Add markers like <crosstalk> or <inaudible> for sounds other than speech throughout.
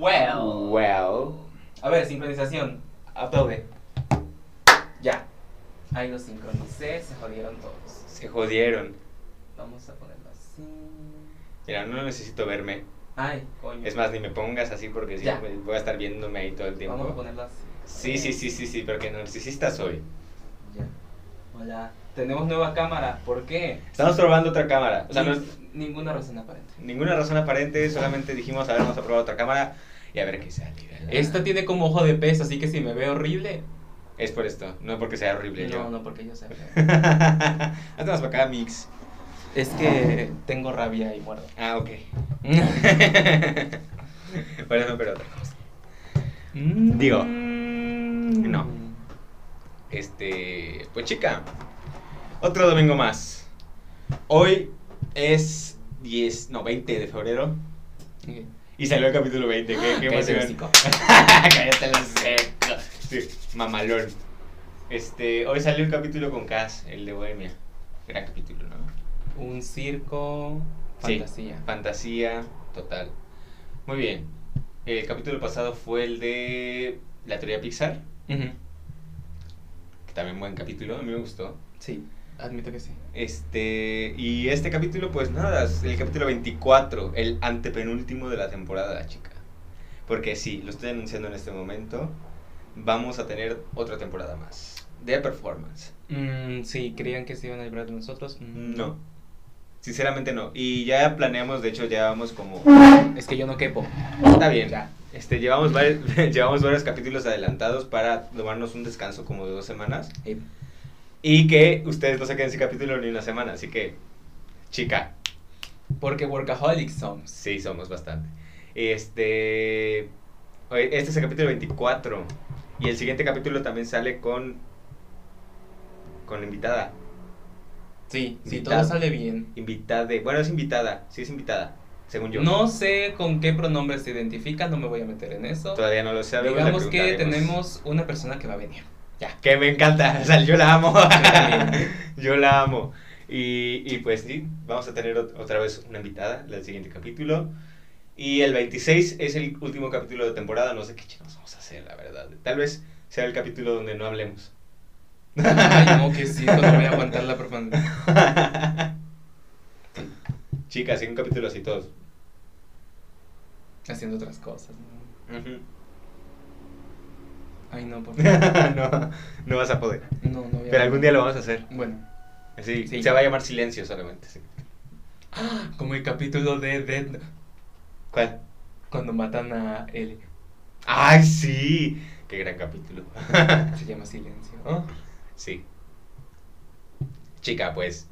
Well. Well. A ver, sincronización. Aplaude. Ya. Ahí lo sincronicé, se jodieron todos. Se jodieron. Vamos a ponerlo así. Mira, no necesito verme. Ay, coño. Es más, ni me pongas así porque si Ya. no me- voy a estar viéndome ahí todo el Vamos a tiempo. ponerlo así. Sí, sí, sí, sí, sí, porque narcisista soy. Ya. Hola. Tenemos nueva cámara. ¿Por qué? Estamos probando otra cámara. O sea, no es Ni- Ninguna razón aparente. ninguna razón aparente, solamente dijimos, a ver, vamos a probar otra cámara y a ver qué sale. Esta tiene como ojo de pez, así que si me veo horrible. Es por esto, no porque sea horrible yo. No, no, porque yo sé. <laughs> Hazte más para acá, Mix. Es que tengo rabia y muerdo. Ah, ok. <laughs> bueno, no, pero otra cosa. Digo, no. Mm. Este, pues chica, otro domingo más. Hoy es 10, no, 20 de febrero y salió el capítulo 20. Qué, qué Ah, Cállate el emoción. hocico. <laughs> Cállate los seco. Sí, mamalón. Este, hoy salió el capítulo con Cass, el de Bohemia. Gran capítulo, ¿no? Un circo, Sí. fantasía. Fantasía total. Muy bien. El capítulo pasado fue el de la teoría Pixar, Ujú. que también buen capítulo, a mí me gustó. Sí, admito que sí. Este, y este capítulo, pues nada, es el capítulo 24, el antepenúltimo de la temporada, chica. Porque sí, lo estoy anunciando en este momento, vamos a tener otra temporada más de performance. Mm, sí, creían que se iban a librar de nosotros. Mm, No, sinceramente no. Y ya planeamos, de hecho, ya vamos como... Es que yo no quepo. Está bien, Ya. Este, llevamos, varios, <laughs> llevamos varios capítulos adelantados para tomarnos un descanso como de dos semanas. Eh, Y que ustedes no se queden sin capítulo ni una semana. Así que, chica, Porque workaholics somos. sí somos bastante. Este, oye, este es el capítulo 24. Y el siguiente capítulo también sale con... Con invitada. Sí, si Invitado. todo sale bien. Invitada. Bueno, es invitada. Sí es invitada. Según yo. No sé con qué pronombre se identifica, no me voy a meter en eso. Todavía no lo sabemos. le Digamos que preguntaremos. tenemos una persona que va a <laughs> venir. Ya. Que me encanta, <laughs> o sea, yo la amo. también. <laughs> yo la amo. Y, y pues sí, vamos a tener ot- otra vez una invitada en el siguiente capítulo. Y el 26 es el último capítulo de temporada. No sé qué chicos vamos a hacer, la verdad. Tal vez sea el capítulo donde no hablemos. Ay, no, que sí, no voy a aguantar la profundidad. <laughs> Chicas, en un capítulo así todos. Haciendo otras cosas. ¿no? Ujú. Ay, no, por <laughs> favor. <laughs> no, no vas a poder. No, no voy a- Pero algún día lo vamos a hacer. Bueno, Así, Sí. Se va a llamar silencio solamente. sí. como el capítulo de Dead ¿Cuál? cuando matan a él. ¡Ay, sí! ¡Qué gran capítulo! Se llama Silencio. Sí. Chica, pues.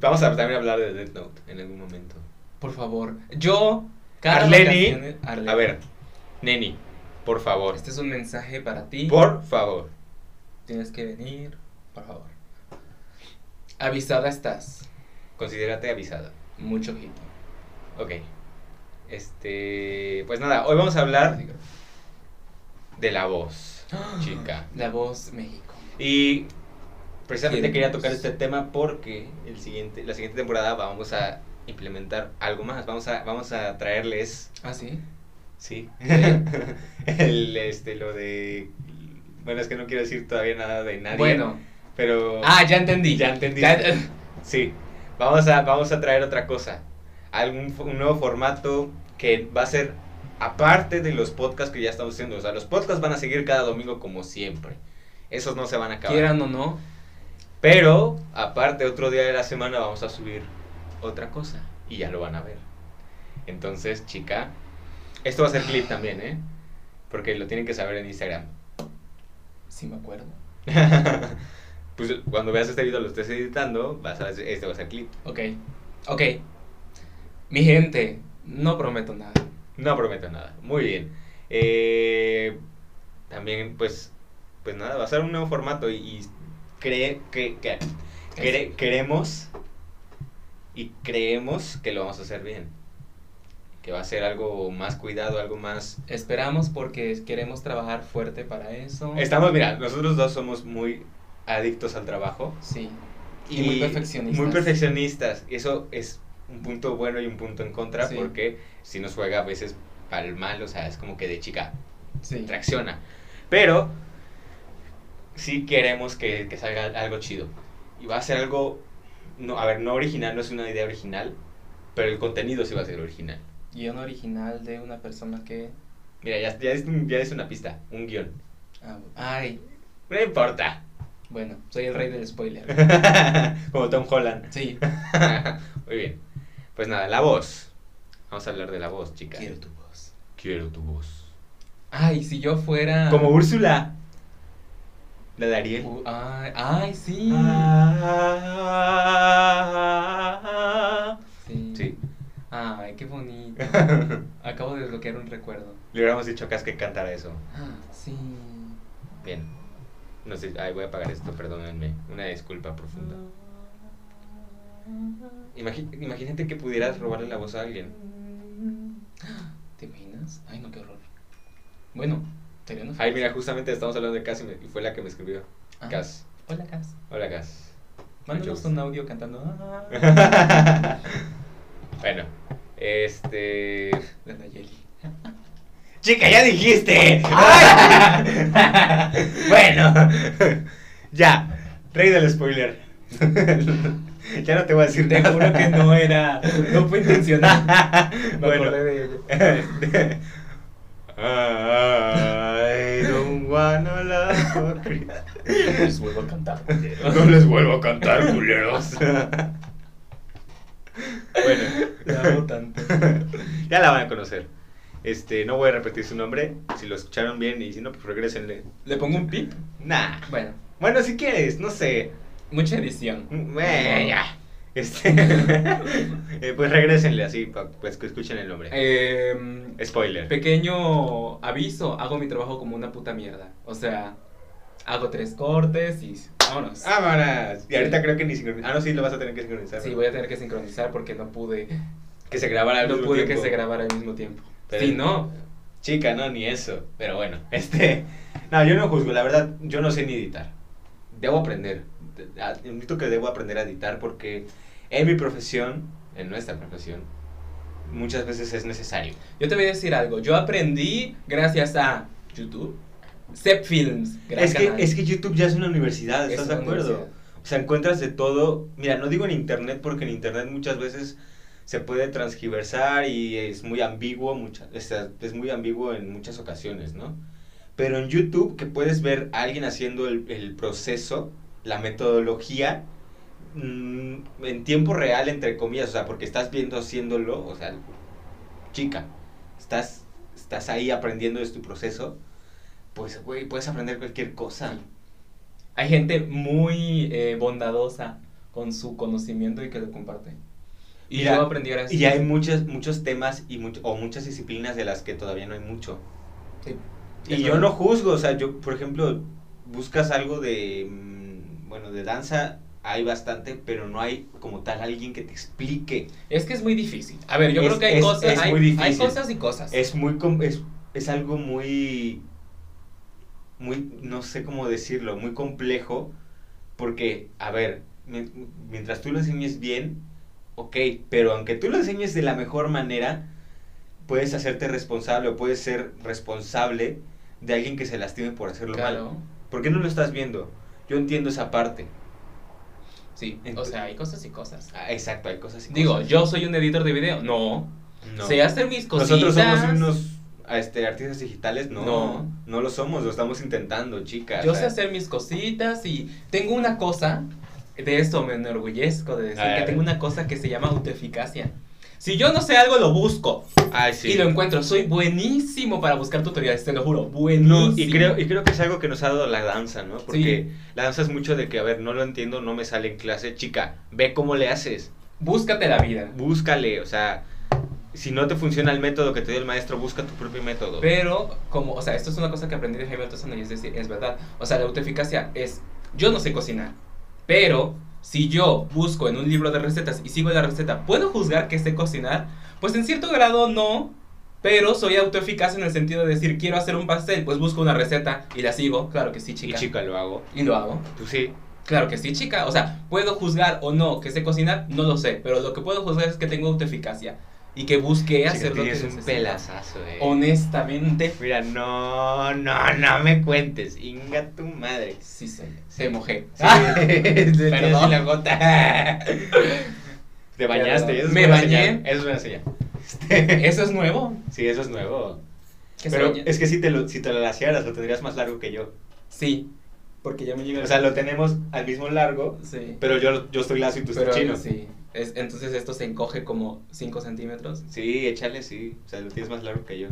Vamos a también hablar de Death Note en algún momento. Por favor. Yo, cada Arleni, vacaciones- Arleni. A ver, Neni, por favor. Este es un mensaje para ti. Por favor. Tienes que venir, por favor. Avisada estás. Considérate avisada. Mucho ojito. Ok. Este. Pues nada, hoy vamos a hablar de la voz, chica. La voz México. Y precisamente quería Queremos. tocar este tema porque el siguiente, la siguiente temporada vamos a implementar algo más. Vamos a, vamos a traerles ¿Ah, sí? <laughs> Sí. ¿Eh? el, este, lo de... Bueno, es que no quiero decir todavía nada de nadie. Bueno. Pero... Ah, ya entendí. Ya entendí. eh, Sí. Vamos a, vamos a traer otra cosa. Algún fo- un nuevo formato que va a ser aparte de los podcasts que ya estamos haciendo. O sea, los podcasts van a seguir cada domingo como siempre. Esos no se van a acabar. quieran o no, Pero, aparte, otro día de la semana vamos a subir otra cosa. Y ya lo van a ver. Entonces, chica, esto va a ser clip también, ¿eh? Porque lo tienen que saber en Instagram. <laughs> sí me acuerdo. pues cuando veas este video, lo estés editando, vas a ver, este va a ser clip. Ok, ok. Mi gente, no prometo nada. No prometo nada. Muy bien. Eh, también, pues, pues nada, va a ser un nuevo formato y, y cree que, que- cre- queremos y creemos que lo vamos a hacer bien. Que va a ser algo más cuidado, algo más... Esperamos porque queremos trabajar fuerte para eso. Estamos, mira, nosotros dos somos muy adictos al trabajo. Sí. Y muy perfeccionistas. Muy perfeccionistas. Eso es un punto bueno y un punto en contra Sí. porque si nos juega a veces para el mal, o sea, es como que de chica Sí. tracciona. Pero sí queremos que, que salga algo chido. Y va a ser algo, no, a ver, no original, no es una idea original, pero el contenido sí va a ser original. Guión original de una persona que. Mira, ya, ya, es, ya es una pista, un guión. ah, ay, No importa. <laughs> bueno, soy el rey del <laughs> spoiler. Como Tom Holland. Sí. Muy bien. Pues nada, la voz. Vamos a hablar de la voz, chica. Quiero tu voz. Quiero tu voz. Ay, si yo fuera. Como Úrsula. La de Ariel. U- Ay, ay, sí. Ah. Ah. sí. Sí. Ay, qué bonito. <laughs> Acabo de desbloquear un recuerdo. Le hubiéramos dicho a Cas que cantara eso. Ah, Sí. Bien. No sé, ay, voy a apagar esto, perdónenme. Una disculpa profunda. Imagi- imagínate que pudieras robarle la voz a alguien. ¿Te imaginas? Ay, no, qué horror. Bueno, sería una Ay, mira, justamente estamos hablando de Cas y, me- y fue la que me escribió. Ah, Cas. Hola, Cas. Hola, Cas. Mándanos gusto. un audio cantando. <laughs> ah, bueno, este. De Nayeli. ¡Chica, ya dijiste! ¡Ay! <laughs> bueno, ya, rey del spoiler. <laughs> ya no te voy a decir Te nada. juro que no era. No fue <laughs> intencional. <laughs> Me bueno. acordé de ella. <laughs> I don't wanna love a Christ- Les vuelvo a cantar. <laughs> No les vuelvo a cantar, culeros. La bueno, amo tanto. ya la van a conocer. Este, no voy a repetir su nombre. Si lo escucharon bien y si no, pues regresenle. ¿Le pongo un pip? Nah. Bueno, Bueno, si quieres, no sé. mucha edición. Mm. Bueno, ya. Este, <laughs> eh, pues regresenle así, pa- pues que escuchen el nombre. Em, Spoiler. pequeño aviso, hago mi trabajo como una puta mierda. O sea, hago tres cortes y vámonos. Ah. Vámonos. Y ahorita creo que ni sincronizar. Ah, no, sí, lo vas a tener que sincronizar. Sí, ¿no? voy a tener que sincronizar porque no pude, Que se grabara al no mismo pude que tiempo. se grabara al mismo tiempo. Pero- Si no, Chica, no, ni eso. Pero bueno, <laughs> este. No, yo no juzgo, la verdad, yo no sé ni editar. Debo aprender. De- a- Admito que debo aprender a editar porque en mi profesión, en nuestra profesión, muchas veces es necesario. yo te voy a decir algo. Yo aprendí gracias a YouTube, Step Films. gran Es que, canal. es que YouTube ya es una universidad, Es ¿estás de una acuerdo? universidad. O sea, encuentras de todo. Mira, no digo en internet porque en internet muchas veces se puede transgiversar y es muy ambiguo, muchas, o sea, es muy ambiguo en muchas ocasiones, ¿no? Pero en YouTube que puedes ver a alguien haciendo el, el proceso, la metodología mm, en tiempo real entre comillas, o sea, porque estás viendo haciéndolo, o sea, chica, estás estás ahí aprendiendo de tu proceso, pues güey, puedes aprender cualquier cosa. Hay gente muy eh, bondadosa con su conocimiento y que lo comparte. Y Mira, yo aprendí gracias Y hay muchas, muchos temas y much- o muchas disciplinas de las que todavía no hay mucho. Sí. Y Es yo verdad. no juzgo, o sea, yo, por ejemplo, buscas algo de, mm, bueno, de danza, hay bastante, pero no hay como tal alguien que te explique. Es que es muy difícil. A ver, yo Es- creo que hay es- cosas. es hay, muy difícil. hay cosas y cosas. Es muy, com- es, es algo muy, muy, no sé cómo decirlo, muy complejo, porque, a ver, mien- mientras tú lo enseñes bien, ok, pero aunque tú lo enseñes de la mejor manera, puedes hacerte responsable o puedes ser responsable de alguien que se lastime por hacerlo mal. claro. ¿Por qué no lo estás viendo? Yo entiendo esa parte. Sí. O Ento- sea, hay cosas y cosas. Ah, exacto, hay cosas y Digo, cosas. yo soy un editor de video. No. No. Sé hacer mis cositas. Nosotros somos unos ah, este, artistas digitales, no, No. no. lo somos, lo estamos intentando, chicas. Yo sé hacer mis cositas y tengo una cosa. De esto me enorgullezco de decir A que ver. tengo una cosa que se llama autoeficacia. Si yo no sé algo, lo busco Ay, sí. y lo encuentro. Soy buenísimo para buscar tutoriales, te lo juro. Buenísimo. No, y creo, y creo que es algo que nos ha dado la danza, ¿no? Porque la danza es mucho de que, a ver, no lo entiendo, no me sale en clase, chica, ve cómo le haces, Búscate la vida. búscale, o sea, si no te funciona el método que te dio el maestro, busca tu propio método. Pero, como, o sea, esto es una cosa que aprendí de Jaime Altozano y es decir, es verdad. O sea, la autoeficacia es, yo no sé cocinar, pero si yo busco en un libro de recetas y sigo la receta, ¿puedo juzgar que sé cocinar? Pues en cierto grado no, pero soy autoeficaz en el sentido de decir, quiero hacer un pastel, pues busco una receta y la sigo, claro que sí, y chica. chica, lo hago. Y lo hago. Tú sí. Claro que sí, chica. O sea, puedo juzgar o no que sé cocinar, no lo sé, pero lo que puedo juzgar es que tengo autoeficacia. y que busqué Chica, hacer lo que tienes un necesito. pelazazo, eh. Honestamente, Mira, no, no, no me cuentes. Inga tu madre. sí, se Se mojé. Ah, Sí, <laughs> te tienes Perdón. la gota. Te bañaste. Eso es Me buena bañé. señal, Eso es una señal. Eso es nuevo. Sí, eso es nuevo. Que se Pero bañe. es que si te lo, si te lo lasearas, lo tendrías más largo que yo. Sí, porque ya me llega. O sea, lo tenemos al mismo largo, Sí. pero yo, yo estoy lacio y tú Pero estás chino. Sí. sí. Es- entonces esto se encoge como 5 centímetros. échale, sí. O sea, lo tienes más largo que yo.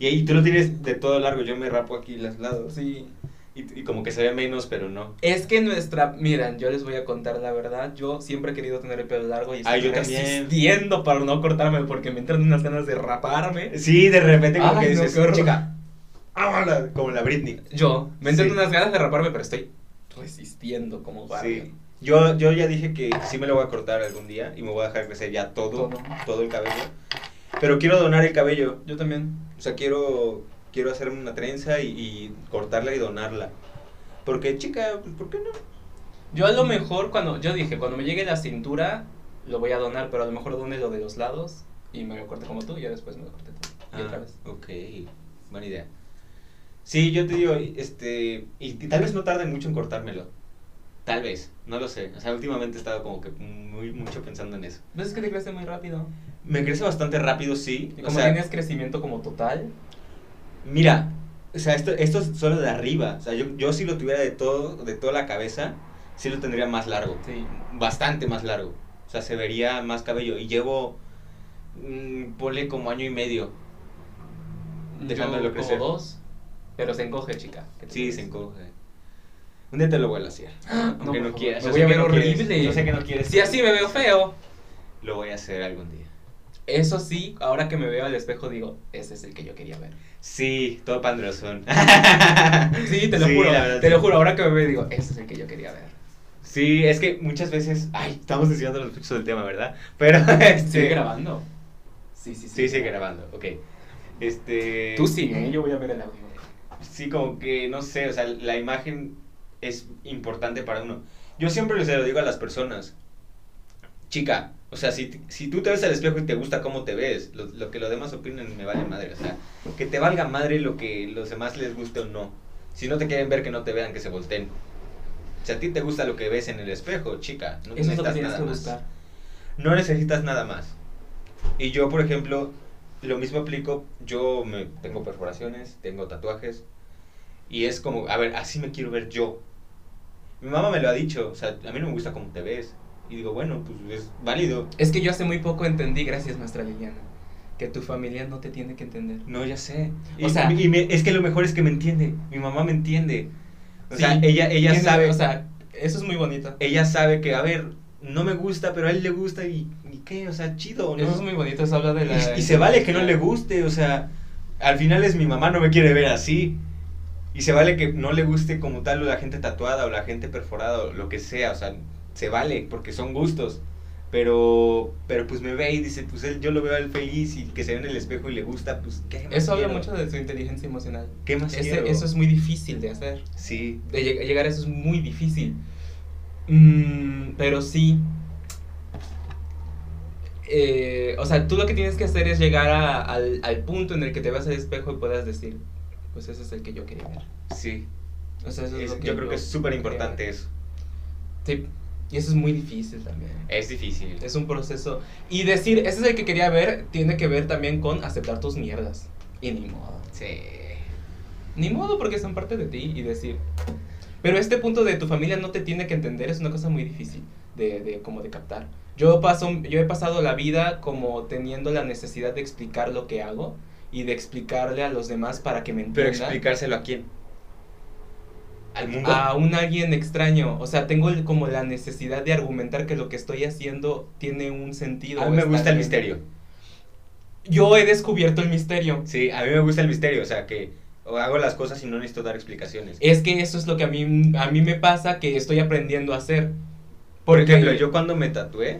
Y ahí tú lo tienes de todo largo, yo me rapo aquí los lados. Sí. Y, y como que se ve menos, pero no. Es que nuestra, miren, yo les voy a contar la verdad, yo siempre he querido tener el pelo largo y estoy Ay, Ah, yo también. resistiendo para no cortarme porque me entran unas ganas de raparme. Sí, de repente como Ay, que no, dices, qué horror. chica, ¡vámonos", como la Britney. Yo, me entran Sí. unas ganas de raparme, pero estoy resistiendo como barrio. Sí. Yo, yo ya dije que sí me lo voy a cortar algún día y me voy a dejar crecer ya todo, Todo. todo, el cabello. Pero quiero donar el cabello. Yo también. O sea, quiero, quiero hacerme una trenza y, y cortarla y donarla. Porque, chica, pues, ¿por qué no? Yo a lo mejor cuando, yo dije, cuando me llegue la cintura, lo voy a donar, pero a lo mejor done lo de los lados y me lo corte como tú y ya después me lo corte tú. Y otra Ah, vez. Ok, buena idea. Sí, yo te digo, este, y, y tal vez no tarde mucho en cortármelo. Tal vez, no lo sé. O sea, últimamente he estado como que muy mucho pensando en eso. ¿Ves Pues que te crece muy rápido? Me crece bastante rápido, sí. Y O como sea, tienes crecimiento como total, mira, o sea, esto, esto es solo de arriba. O sea, yo, yo si lo tuviera de todo, de toda la cabeza, sí lo tendría más largo. sí. Bastante más largo. O sea, se vería más cabello. Y llevo, mm, ponle como año y medio. Dejándolo Yo crecer. Como dos, pero se encoge, chica. ¿Qué te Sí, parece? se encoge. Un día te lo voy a lasear. Aunque Ah, por no, favor. quieras. Me yo voy sé a que ver no quieres, horrible. Yo sé que no quieres. Si así me veo feo. Lo voy a hacer algún día. Eso sí, ahora que me veo al espejo digo, ese es el que yo quería ver. Sí, todo pandrosón. <laughs> Sí, te lo Sí, juro. la verdad, te sí. lo juro, ahora que me veo digo, ese es el que yo quería ver. sí, es que muchas veces. Ay, estamos desviando los muchos del tema, ¿verdad? Pero. <laughs> Este, ¿Sigue grabando? Sí, sí, sí. Sí, sigue grabando, ok. Este. Tú sí, ¿eh? yo voy a ver el audio. Sí, como que no sé, o sea, la imagen es importante para uno. Yo siempre se lo digo a las personas, chica, o sea, si, t- si tú te ves al espejo y te gusta cómo te ves, lo, lo que los demás opinen me vale madre, o sea, que te valga madre lo que los demás les guste o no. Si no te quieren ver, que no te vean, que se volteen. Si a ti te gusta lo que ves en el espejo, chica, no Eso es lo que necesitas tienes nada que más buscar. no necesitas nada más. Y yo, por ejemplo, lo mismo aplico, yo me, tengo perforaciones, tengo tatuajes, y es como, a ver, así me quiero ver yo. Mi mamá me lo ha dicho, o sea, a mí no me gusta cómo te ves. Y digo, bueno, pues es válido. Es que yo hace muy poco entendí, gracias maestra Liliana, que tu familia no te tiene que entender. No, ya sé. O Y, sea- y me- es que lo mejor es que me entiende, mi mamá me entiende. O Sí, sea, ella, ella Tiene- sabe, O sea, eso es muy bonito. ella sabe que, a ver, no me gusta, pero a él le gusta y, y qué, o sea, chido, ¿no? Eso es muy bonito, eso habla de la... Y, y se vale que no le guste, o sea, al final es mi mamá, no me quiere ver así. Y se vale que no le guste como tal o la gente tatuada o la gente perforada o lo que sea, o sea, se vale porque son gustos. Pero, pero pues me ve y dice, pues él, yo lo veo a él feliz y que se ve en el espejo y le gusta, pues qué más Eso habla quiero? mucho de su inteligencia emocional. ¿Qué más Ese- quiero? eso es muy difícil de hacer. Sí, De lleg- llegar a eso es muy difícil. Mm, pero sí. Eh, o sea, tú lo que tienes que hacer es llegar a- al, al punto en el que te veas al espejo y puedas decir, pues ese es el que yo quería ver. sí. O sea, eso es Es- lo que yo creo que es súper quería importante ver. eso. Sí. Y eso es muy difícil también. Es difícil. Es un proceso. Y decir, ese es el que quería ver, tiene que ver también con aceptar tus mierdas. Y ni modo. Sí. Ni modo porque son parte de ti y decir. Pero este punto de tu familia no te tiene que entender es una cosa muy difícil de, de como de captar. Yo paso, yo he pasado la vida como teniendo la necesidad de explicar lo que hago y de explicarle a los demás para que me Pero entiendan. explicárselo a quién. Al mundo. a un alguien extraño, o sea, tengo el- como la necesidad de argumentar que lo que estoy haciendo tiene un sentido. a o mí me está gusta el bien. misterio. Yo he descubierto el misterio. Sí, a mí me gusta el misterio, o sea, que o hago las cosas y no necesito dar explicaciones. Es que eso es lo que a mí, a mí me pasa que estoy aprendiendo a hacer. Por Porque- ejemplo, yo cuando me tatué,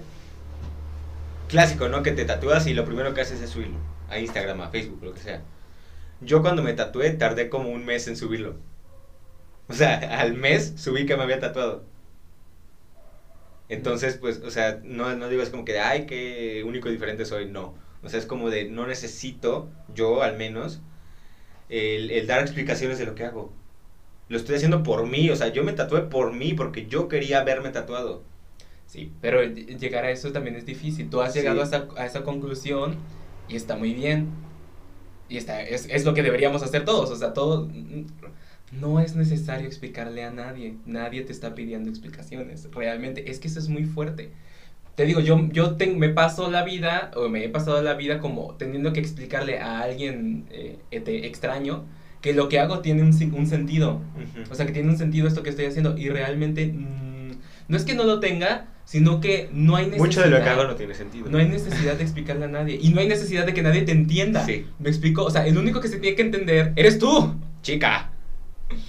clásico, ¿no? Que te tatúas y lo primero que haces es subirlo a Instagram, a Facebook, lo que sea. Yo cuando me tatué tardé como un mes en subirlo. O sea, <laughs> al mes subí que me había tatuado. Entonces, pues, o sea, no, no digo es como que, ay, qué único y diferente soy, no. O sea, es como de no necesito, yo al menos, el, el dar explicaciones de lo que hago. Lo estoy haciendo por mí, o sea, yo me tatué por mí porque yo quería verme tatuado. Sí, pero ll- llegar a eso también es difícil. Tú has Sí. llegado a esa, a esa conclusión y está muy bien. Y está, es, es lo que deberíamos hacer todos. O sea, todo. mm, No es necesario explicarle a nadie. Nadie te está pidiendo explicaciones. Realmente, es que eso es muy fuerte. Te digo, yo, yo ten- me paso la vida, o me he pasado la vida como teniendo que explicarle a alguien eh, ete- extraño que lo que hago tiene un, sin- un sentido. O sea, que tiene un sentido esto que estoy haciendo y realmente mm, no es que no lo tenga, sino que no hay necesidad. Mucho de lo que hago no tiene sentido. No hay necesidad de explicarle a nadie y no hay necesidad de que nadie te entienda. Sí. ¿Me explico? O sea, el único que se tiene que entender eres tú. Chica,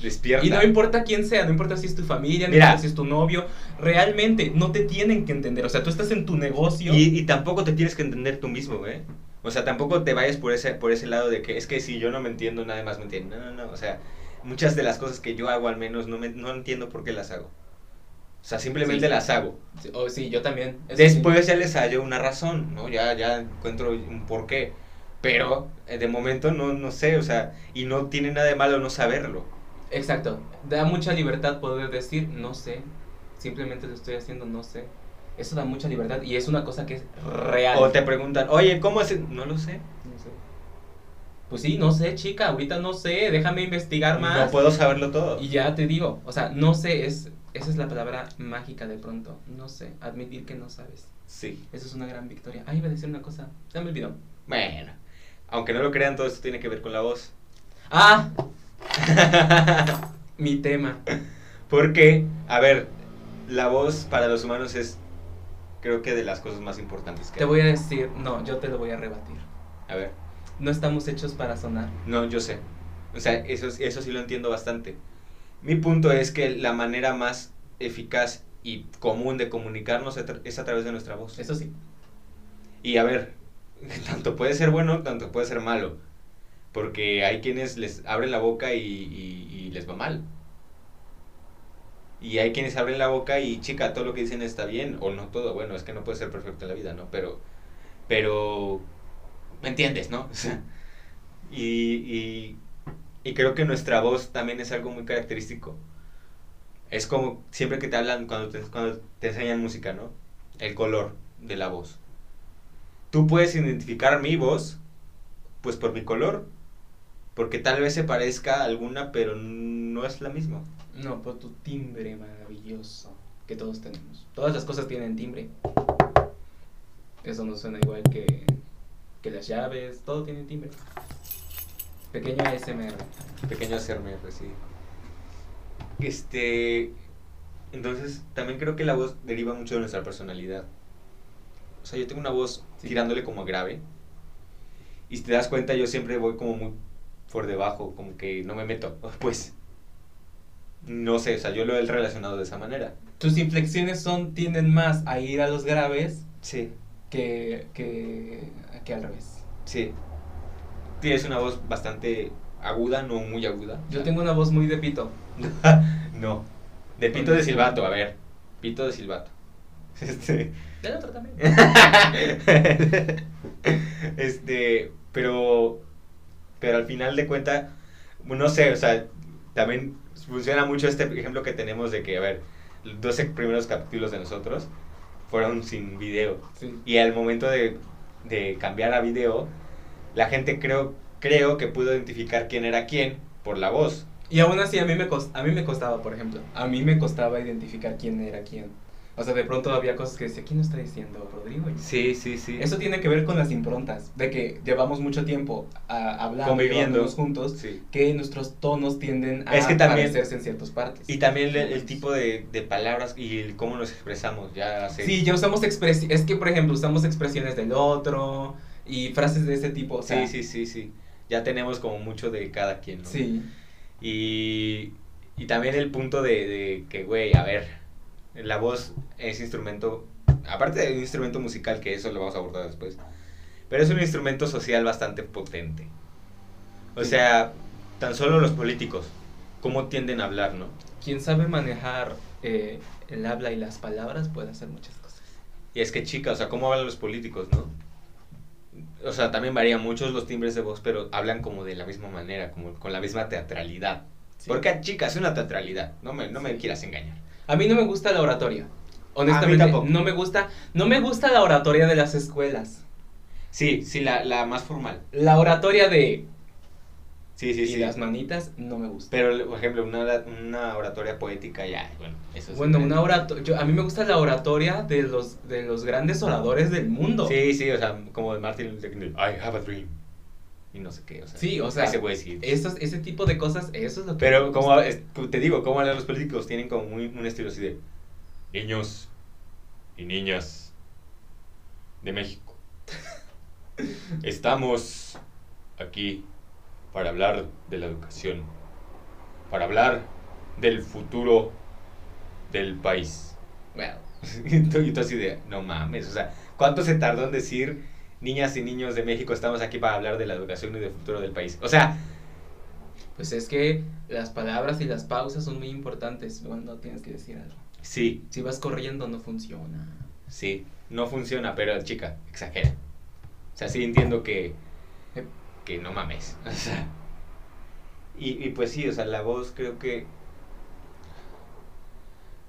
despierta. Y no importa quién sea, no importa si es tu familia, no Mira. importa si es tu novio, realmente no te tienen que entender. O sea, tú estás en tu negocio. Y, y tampoco te tienes que entender tú mismo, ¿eh? O sea, tampoco te vayas por ese, por ese lado de que es que si yo no me entiendo, nadie más me entiende. No, no, no. O sea, muchas de las cosas que yo hago al menos no, me, no entiendo por qué las hago. O sea, simplemente Sí. las hago. Oh, sí, yo también. eso sí. Después ya les hallo una razón, ¿no? Ya, ya encuentro un porqué. Pero eh, de momento no, no sé, o sea, y no tiene nada de malo no saberlo. Exacto. Da mucha libertad poder decir, no sé. Simplemente lo estoy haciendo, no sé. Eso da mucha libertad y es una cosa que es real. O te preguntan, oye, ¿cómo es? No lo sé. No sé. Pues sí, no sé, chica. Ahorita no sé. Déjame investigar más. No puedo saberlo todo. Y ya te digo. O sea, no sé. es Esa es la palabra mágica de pronto. No sé. Admitir que no sabes. Sí. Eso es una gran victoria. Ah, iba a decir una cosa. Ya me olvidó. Bueno, aunque no lo crean, todo esto tiene que ver con la voz. Ah, mi tema. <laughs> Porque, a ver, la voz para los humanos es, creo que de las cosas más importantes que Te hay. voy a decir. No, yo te lo voy a rebatir. A ver, No estamos hechos para sonar. no, yo sé. O sea, eso, es- eso sí lo entiendo bastante. Mi punto es que la manera más eficaz y común de comunicarnos a tra- es a través de nuestra voz. Eso sí. Y a ver, <laughs> tanto puede ser bueno, tanto puede ser malo. Porque hay quienes les abren la boca y, y- y les va mal. Y hay quienes abren la boca y, chica, todo lo que dicen está bien. O no todo, bueno, es que no puede ser perfecto en la vida, ¿no? Pero, pero, ¿me entiendes, no? <laughs> O sea, y, y, y creo que nuestra voz también es algo muy característico. Es como siempre que te hablan, cuando te, cuando te enseñan música, ¿no? El color de la voz. Tú puedes identificar mi voz, pues por mi color, porque tal vez se parezca a alguna, pero no es la misma. No, por tu timbre maravilloso que todos tenemos. Todas las cosas tienen timbre. Eso no suena igual que, que las llaves, todo tiene timbre. Pequeña SMR. Pequeño hacerme, sí. Este, entonces también creo que la voz deriva mucho de nuestra personalidad. O sea, yo tengo una voz Sí. tirándole como grave. Y si te das cuenta, yo siempre voy como muy por debajo, como que no me meto. <laughs> Pues, no sé, o sea, yo lo he relacionado de esa manera. Tus inflexiones son, tienden más a ir a los graves Sí. que, que, que al revés. Sí. Tienes una voz bastante aguda, no muy aguda. Yo tengo una voz muy de pito. no. De pito de silbato, a ver. Pito de silbato. <laughs> Este. <laughs> Del otro también. este. Pero. Pero al final de cuenta. No sé, o sea. También funciona mucho este ejemplo que tenemos de que, a ver, los 12 primeros capítulos de nosotros fueron sin video. <laughs> Sí. Y al momento de, de cambiar a video, la gente creo, creo que pudo identificar quién era quién por la voz. Y aún así a mí, me cos- a mí me costaba, por ejemplo, a mí me costaba identificar quién era quién. O sea, de pronto había cosas que decía, ¿quién lo está diciendo? Rodrigo. Sí, sí, sí. Eso tiene que ver con las improntas, de que llevamos mucho tiempo ah, hablando, Conviviendo. llevándonos juntos, Sí. que nuestros tonos tienden a Es que también- parecerse en ciertas partes. Y también el, el tipo de, de palabras y el cómo nos expresamos. Ya hace- Sí, ya usamos expresiones, es que por ejemplo usamos expresiones del otro y frases de ese tipo. O sea, sí, sí, sí, sí. Ya tenemos como mucho de cada quien, ¿no? Sí, Y, y también el punto de, de que, güey, a ver, la voz es instrumento, aparte de un instrumento musical, que eso lo vamos a abordar después, pero es un instrumento social bastante potente. O Sí. sea, tan solo los políticos, cómo tienden a hablar, ¿no? quien sabe manejar eh, el habla y las palabras puede hacer muchas cosas. Y es que, chica, o sea, cómo hablan los políticos, ¿no? o sea, también varía muchos los timbres de voz, pero hablan como de la misma manera, como con la misma teatralidad. Sí. Porque a chicas, es una teatralidad, no me, no me quieras engañar. A mí no me gusta la oratoria. Honestamente, tampoco. no me gusta, no me gusta la oratoria de las escuelas. Sí, sí, la, la más formal. La oratoria de Sí, sí, y sí. las manitas no me gusta. Pero, por ejemplo, una, ora- una oratoria poética, ya, bueno, eso es Bueno, diferente. una oratoria, a mí me gusta la oratoria de los de los grandes oradores del mundo. Sí, sí, o sea, como de Martin Luther King, I have a dream. Y no sé qué, o sea. Sí, o sea, Ese güey sí. Esos- ese tipo de cosas, eso es lo que Pero me como gusta. es- como te digo, como hablan los políticos tienen como muy, un estilo así de niños y niñas de México. Estamos aquí para hablar de la educación, para hablar del futuro del país. <laughs> Bueno, y tú y tú así de, no mames, o sea, ¿cuánto se tardó en decir niñas y niños de México estamos aquí para hablar de la educación y del futuro del país? O sea, pues es que las palabras y las pausas son muy importantes cuando tienes que decir algo. sí, Si vas corriendo no funciona. Sí, no funciona, pero chica, exagera. O sea, sí entiendo que. que no mames. <laughs> O sea. Y, y pues sí, o sea, la voz creo que.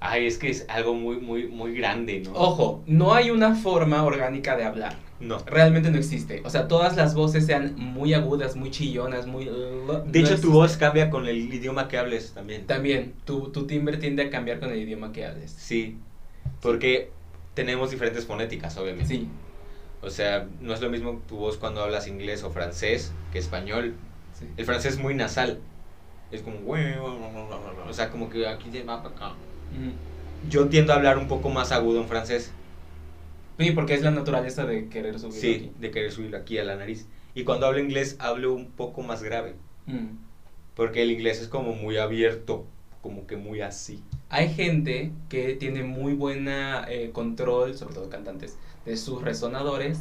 Ay, es que es algo muy, muy, muy grande, ¿no? Ojo, no hay una forma orgánica de hablar. Oh. No. Realmente no existe. O sea, todas las voces sean muy agudas, muy chillonas, muy... uh, De De hecho, tu voz cambia con el idioma que hables también. También, tu, tu timbre tiende a cambiar con el idioma que hables. Sí. Porque tenemos diferentes fonéticas, obviamente. Sí, O sea, no es lo mismo tu voz cuando hablas inglés o francés que español. sí. El francés es muy nasal. Es como, "Güey, bla, bla, bla, bla, bla". o sea, como que aquí se va para acá. Ujú. Yo tiendo a hablar un poco más agudo en francés. Sí, porque es la naturaleza de querer subir Sí, de querer subirlo aquí a la nariz. Y cuando hablo inglés, hablo un poco más grave. aquí. Mm. Porque el inglés es como muy abierto, como que muy así. Hay gente que tiene muy buena eh, control, sobre todo cantantes, de sus resonadores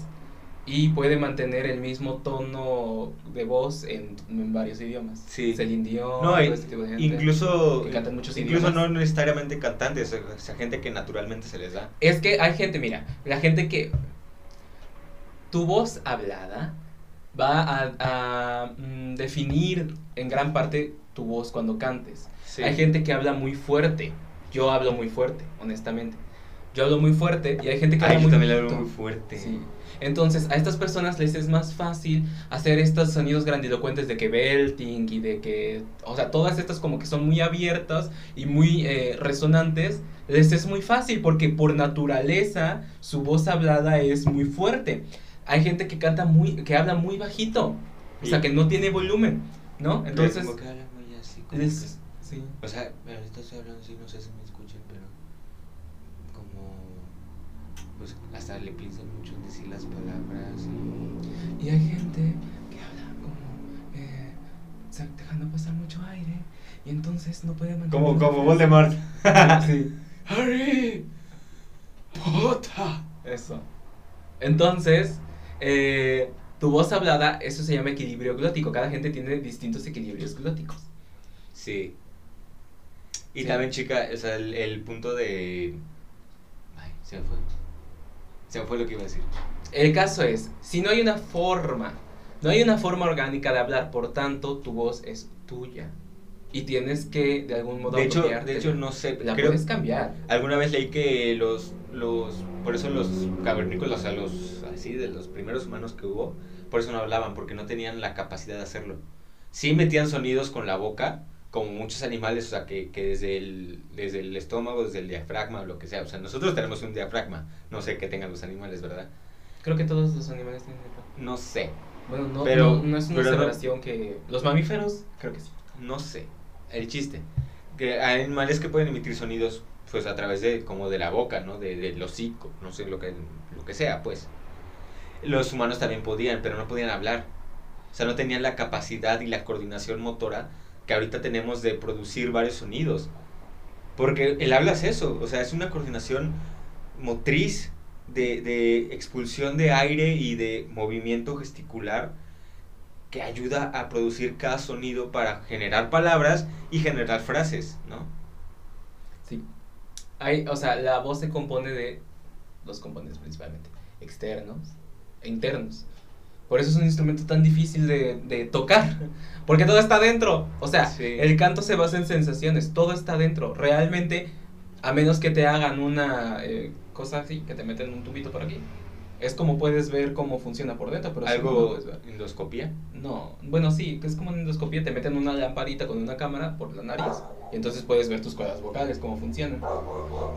y puede mantener el mismo tono de voz en, en varios idiomas. Sí. Celine Dion, No, todo ese tipo de gente. Incluso, que cantan muchos incluso no idiomas. necesariamente cantantes, o sea, gente que naturalmente se les da. Es que hay gente, mira, la gente que tu voz hablada va a, a, mm, definir en gran parte tu voz cuando cantes. Sí. Hay gente que habla muy fuerte. Yo hablo muy fuerte, honestamente. Yo hablo muy fuerte y hay gente que Ay, habla Ah, yo muy también le hablo poquito. muy fuerte. Sí. Entonces, a estas personas les es más fácil hacer estos sonidos grandilocuentes de que belting y de que, o sea, todas estas como que son muy abiertas y muy eh, resonantes, les es muy fácil porque por naturaleza su voz hablada es muy fuerte. Hay gente que canta muy, que habla muy bajito, o sea, Y- que no tiene volumen, ¿no? Entonces, Como que habla muy así, como que- les, sí. O sea, pero ahorita estoy hablando así, no sé si me escuchen, pero como pues hasta le pienso mucho en decir las palabras y Y hay gente que habla como, eh, se- dejando pasar mucho aire y entonces no puede mantener... como como <laughs> Voldemort. <laughs> Sí. Harry Potter. Eso. Entonces, eh, tu voz hablada, eso se llama equilibrio glótico. Cada gente tiene distintos equilibrios glóticos. Sí. Y Sí. también chica, o sea, el, el punto de ay, se me fue. Se me fue lo que iba a decir. El caso es, si no hay una forma, no hay una forma orgánica de hablar, por tanto, tu voz es tuya. Y tienes que, de algún modo, De hecho, de apropiártela. hecho no sé, la creo puedes cambiar. alguna vez leí que los los por eso los cavernícolas, o sea, los así de los primeros humanos que hubo, por eso no hablaban porque no tenían la capacidad de hacerlo. Sí metían sonidos con la boca, como muchos animales, o sea, que, que desde el desde el estómago, desde el diafragma o lo que sea, o sea, nosotros tenemos un diafragma, no sé qué tengan los animales, ¿verdad? Creo que todos los animales tienen... No sé, Bueno, no, Pero- no, no es una pero no- aseveración que... Los mamíferos, creo que sí. no sé. El chiste que hay animales que pueden emitir sonidos pues a través de como de la boca, ¿no? De, del hocico, no sé lo que lo que sea, pues. Los humanos también podían, pero no podían hablar. O sea, no tenían la capacidad y la coordinación motora que ahorita tenemos de producir varios sonidos. Porque el habla es eso, o sea, es una coordinación motriz de, de expulsión de aire y de movimiento gesticular que ayuda a producir cada sonido para generar palabras y generar frases, ¿no? Sí. Hay, o sea, la voz se compone de dos componentes principalmente, externos e internos. Por eso es un instrumento tan difícil de, de tocar. <laughs> Porque todo está dentro. O sea, Sí. el canto se basa en sensaciones. Todo está dentro. Realmente, a menos que te hagan una eh, cosa así, que te meten un tubito por aquí. Es como puedes ver cómo funciona por dentro. Pero si no, no Algo puedes ver. endoscopía. No, bueno, sí, que es como una endoscopía, te meten una lamparita con una cámara por la nariz y entonces puedes ver tus cuerdas vocales, cómo funcionan.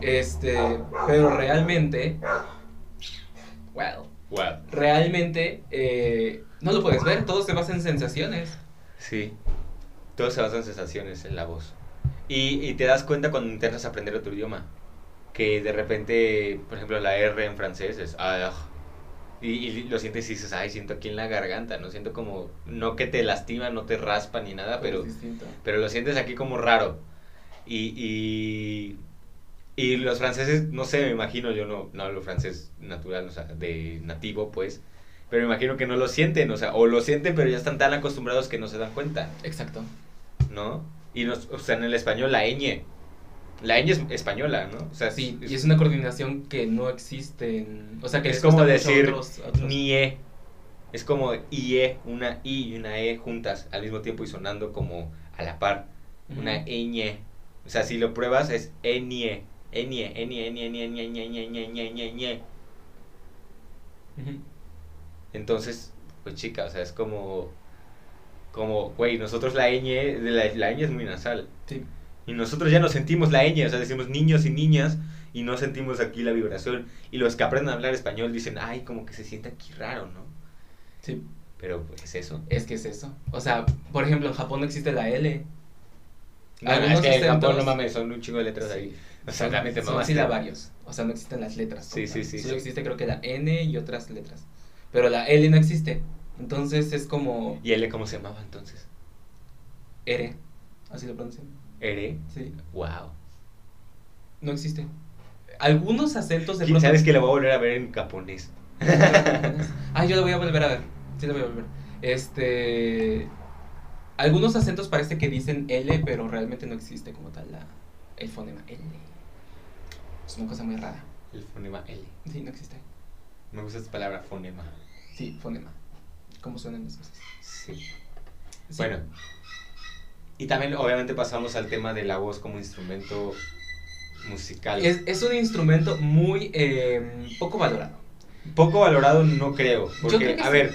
Este, pero realmente, well, Wow. realmente eh, no lo puedes ver, todo se basa en sensaciones. Sí. Todo se basa en sensaciones en la voz. Y, y te das cuenta cuando intentas aprender otro idioma. Que de repente, por ejemplo, la R en francés es. "Ah, ah". Y, y lo sientes y dices, ay, siento aquí en la garganta. No siento como. No que te lastima, no te raspa ni nada, Ah, pero. Es distinto. pero lo sientes aquí como raro. Y, y, y los franceses, no sé, me imagino, yo no, no hablo francés natural, o sea, de nativo, pues, pero me imagino que no lo sienten, o sea, o lo sienten, pero ya están tan acostumbrados que no se dan cuenta, Exacto. ¿no? Y nos, o sea, en el español la ñ, la ñ es española, ¿no? O sea, Sí, y es una coordinación que no existe, en- o sea, que les Es como cuesta mucho a decir, otros- a otros- nie. e. Es como IE, una I y una E juntas al mismo tiempo y sonando como a la par. Ujú. Una ñ. O sea, si lo pruebas es ñ. Ñ, ñ, ñ, ñ, ñ, ñ, ñ, ñ, ñ, ñ, ñ. Ujú. Entonces, pues chica, o sea, es como. Como, güey, nosotros la ñ, de la, la ñ es muy nasal. Sí. Y nosotros ya no sentimos la ñ, o sea, decimos niños y niñas y no sentimos aquí la vibración. Y los que aprenden a hablar español dicen, ay, como que se siente aquí raro, ¿no? Sí. Pero pues es eso. Es que es eso. O sea, por ejemplo, en Japón no existe la L. No, no, Algunos Ah, es que en acentos- Japón no mames, son un chingo de letras ahí. O sea, realmente son mamaste. silabarios. O sea, no existen las letras. como Sí, sí, tal. sí, Solo sí. existe creo que la N y otras letras. Pero la L no existe. Entonces es como ¿Y él cómo se llamaba entonces? R. Así lo pronuncian. Ere. Sí. Wow. No existe. Algunos acentos de ¿Quién <laughs> sabes que la voy a volver a ver en japonés? Ah, yo lo voy a volver a ver. Sí, lo voy a volver. Este. Algunos acentos parece que dicen L, pero realmente no existe como tal la, el fonema L. Es una cosa muy rara. El fonema L. Sí, no existe. Me gusta esta palabra fonema. Sí, fonema. ¿Cómo suenan las cosas? Sí. Sí. Bueno. Y también obviamente pasamos al tema de la voz como instrumento musical. Es, es un instrumento muy eh, poco valorado. Poco valorado no creo. Porque, creo que a sí. ver,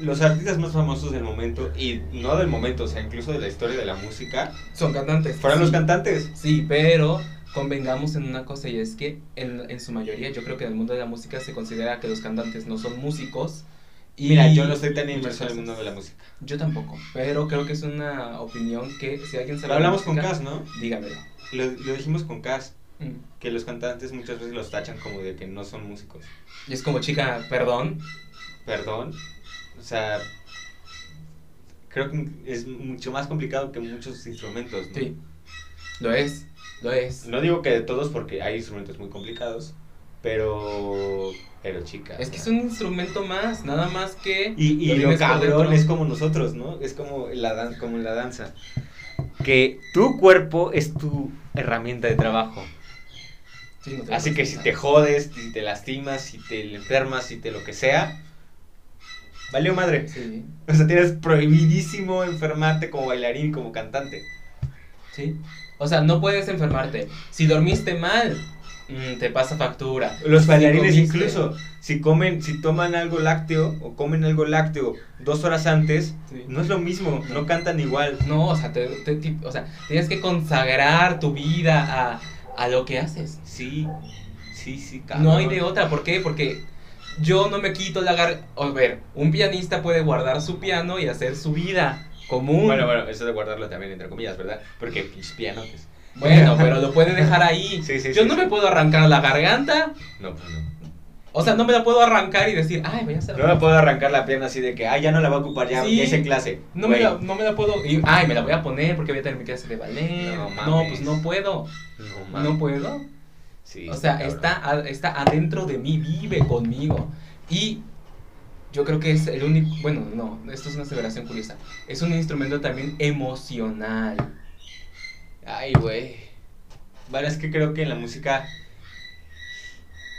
los artistas más famosos del momento, y no del momento, o sea, incluso de la historia de la música, Son cantantes. fueron los sí. cantantes. Sí, pero convengamos en una cosa y es que en, en su mayoría yo creo que en el mundo de la música se considera que los cantantes no son músicos. Y Mira, yo no estoy tan muchas inmerso en el cosas. mundo de la música. Yo tampoco, pero creo que es una opinión que si alguien sabe... Lo de hablamos con música, Cas, ¿no? Dígamelo. Lo, lo dijimos con Cas, Mm. que los cantantes muchas veces los tachan como de que no son músicos. Y es como, chica, perdón. Perdón. O sea, creo que es mucho más complicado que muchos instrumentos, ¿no? Sí. Lo es, lo es. No digo que de todos porque hay instrumentos muy complicados, pero pero chica. Es que o es sea. un instrumento más, nada más que... y, y lo lo tienes por cabrón dentro. es como nosotros, ¿no? Es como la dan como en la danza. Que tu cuerpo es tu herramienta de trabajo. Sí, no te Así lo que puedes si quitar. te jodes, si te lastimas, si te enfermas, si te lo que sea, valió madre. Sí, O sea, tienes prohibidísimo enfermarte como bailarín, como cantante. sí. O sea, no puedes enfermarte. Si dormiste mal, mm, te pasa factura. Los bailarines comiste. incluso, si comen, si toman algo lácteo o comen algo lácteo dos horas antes, Sí. no es lo mismo, no cantan igual. No, o sea, te, te- te- o sea, tienes que consagrar tu vida a, a lo que haces. Sí, sí, sí, No hay de otra, ¿por qué? Porque yo no me quito la gar... A ver, un pianista puede guardar su piano y hacer su vida común. Bueno, bueno, eso de guardarlo también entre comillas, ¿verdad? Porque mis pianotes. Bueno, pero lo puede dejar ahí. <laughs> Sí, sí, yo sí, no sí. me puedo arrancar la garganta, No, pues no. o sea, no me la puedo arrancar y decir, ay, voy a hacer... No me puedo arrancar la pierna así de que, ah, ya no la va a ocupar, ya, Sí. ya hice clase. No me, Güey, la, no me la puedo... y, ay, me la voy a poner porque voy a tener mi clase de ballet. No, No, pues mames. no puedo. No, mames. No puedo. Sí, O sea, cabrón. está, a- está adentro de mí, vive conmigo. Y yo creo que es el único, bueno, no, esto es una aseveración curiosa. Es un instrumento también emocional. Ay, güey. Bueno, es que creo que en la música.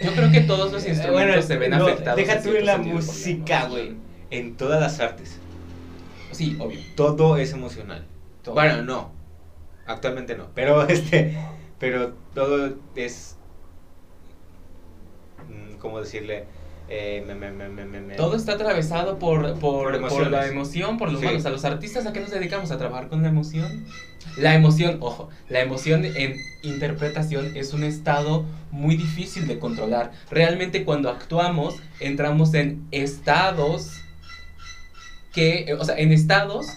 Yo creo que todos los Eh, instrumentos bueno, se ven no, afectados. deja en tú cierto en la sentido por música, emoción. güey. en todas las artes. Sí, obvio. Todo es emocional. Todo. Bueno, no. Actualmente no. Pero <laughs> este. Pero todo es. mm, ¿Cómo decirle? Eh, me- me- me- me- me- me- Todo está atravesado por, por, Por por la emociones. emoción, por los Sí. humanos. A los artistas, ¿a qué nos dedicamos? ¿A trabajar con la emoción? La emoción, ojo, la emoción en interpretación es un estado muy difícil de controlar. Realmente cuando actuamos, entramos en estados que, eh, o sea, en estados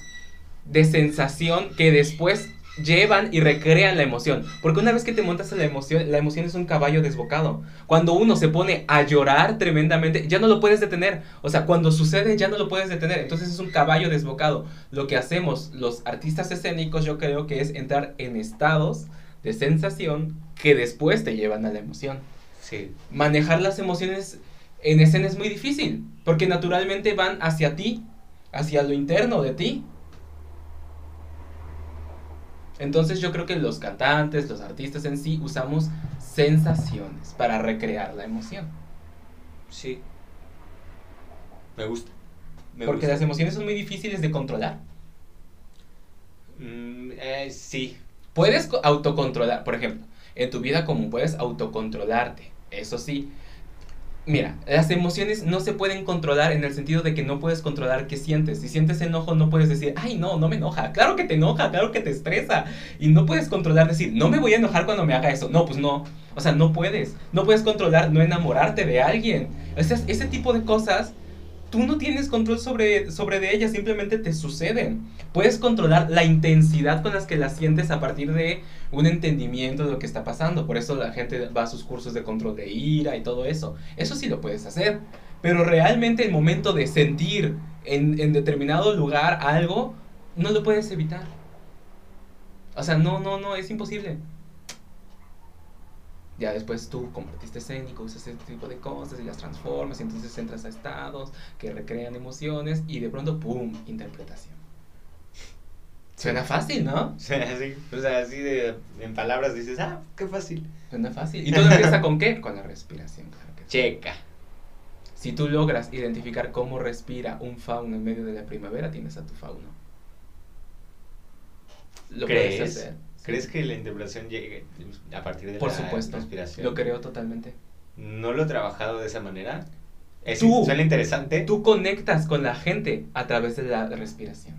de sensación que después llevan y recrean la emoción. Porque una vez que te montas en la emoción, la emoción es un caballo desbocado. Cuando uno se pone a llorar tremendamente, ya no lo puedes detener. O sea, cuando sucede, ya no lo puedes detener. Entonces es un caballo desbocado. Lo que hacemos los artistas escénicos, yo creo que es entrar en estados de sensación que después te llevan a la emoción Sí. manejar las emociones en escena es muy difícil, porque naturalmente van hacia ti, hacia lo interno de ti. Entonces yo creo que los cantantes, los artistas en sí, usamos sensaciones para recrear la emoción. Sí. Me gusta. Me porque gusta. las emociones son muy difíciles de controlar. Mm, eh, sí. <laughs> Puedes co- autocontrolar, por ejemplo, en tu vida común puedes autocontrolarte, eso sí. Mira, las emociones no se pueden controlar en el sentido de que no puedes controlar qué sientes. Si sientes enojo, no puedes decir, ay, no, no me enoja. Claro que te enoja, claro que te estresa. Y no puedes controlar decir, no me voy a enojar cuando me haga eso. No, pues no. O sea, no puedes. No puedes controlar no enamorarte de alguien. Esas- ese tipo de cosas, tú no tienes control sobre, sobre de ellas, simplemente te suceden puedes controlar la intensidad con las que las sientes a partir de un entendimiento de lo que está pasando. Por eso la gente va a sus cursos de control de ira y todo eso. Eso sí lo puedes hacer. Pero realmente el momento de sentir en, en determinado lugar algo, no lo puedes evitar. O sea, no, no, no, es imposible. Ya después tú como artista escénico usas este tipo de cosas y las transformas y entonces entras a estados que recrean emociones y de pronto, ¡pum!, interpretación. Suena fácil, ¿no? O sea, así, o sea, así de, en palabras dices, ah, qué fácil. Suena fácil. ¿Y todo empieza con qué? Con la respiración, claro que sí. Checa. Si tú logras identificar cómo respira un fauno en medio de la primavera, tienes a tu fauno. Lo ¿Crees? puedes hacer. sí. ¿Crees que la interpretación llegue a partir de Por la supuesto. respiración? Lo creo totalmente. No lo he trabajado de esa manera. Es, Tú. Suena interesante. Tú conectas con la gente a través de la respiración.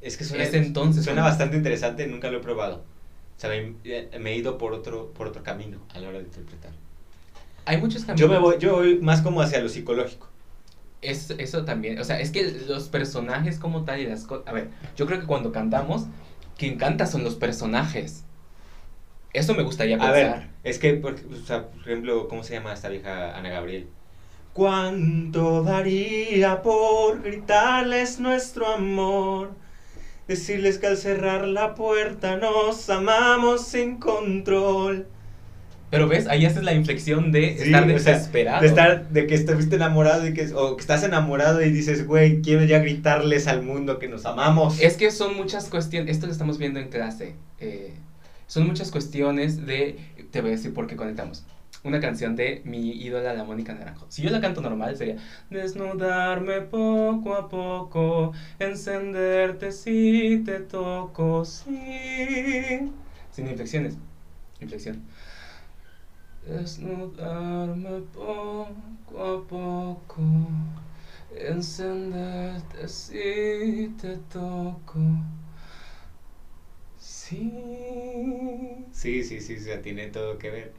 Es que suena, Es entonces suena cuando- bastante interesante, nunca lo he probado. O sea, me, eh, me he ido por otro, por otro camino a la hora de interpretar. Hay muchos caminos. Yo me voy, yo voy más como hacia lo psicológico. Es, eso también, o sea, es que los personajes como tal y las cosas... A ver, yo creo que cuando cantamos, quien canta son los personajes. Eso me gustaría A pensar. ver, es que, por, o sea, por ejemplo, ¿cómo se llama esta vieja Ana Gabriel? ¿Cuánto daría por gritarles nuestro amor? Decirles que al cerrar la puerta nos amamos sin control. Pero ves, ahí haces la inflexión de Sí, estar o sea, desesperado. De estar, de que estuviste enamorado y que, o que estás enamorado y dices, güey, quiero ya gritarles al mundo que nos amamos. Es que son muchas cuestiones, esto lo estamos viendo en clase, eh, son muchas cuestiones de, te voy a decir por qué conectamos. Una canción de mi ídola, la Mónica Naranjo. Si yo la canto normal sería Desnudarme poco a poco, encenderte si te toco, sí. Sin inflexiones. Inflexión. Desnudarme poco a poco, encenderte si te toco. Sí. Sí, sí, sí, o sea, tiene todo que ver.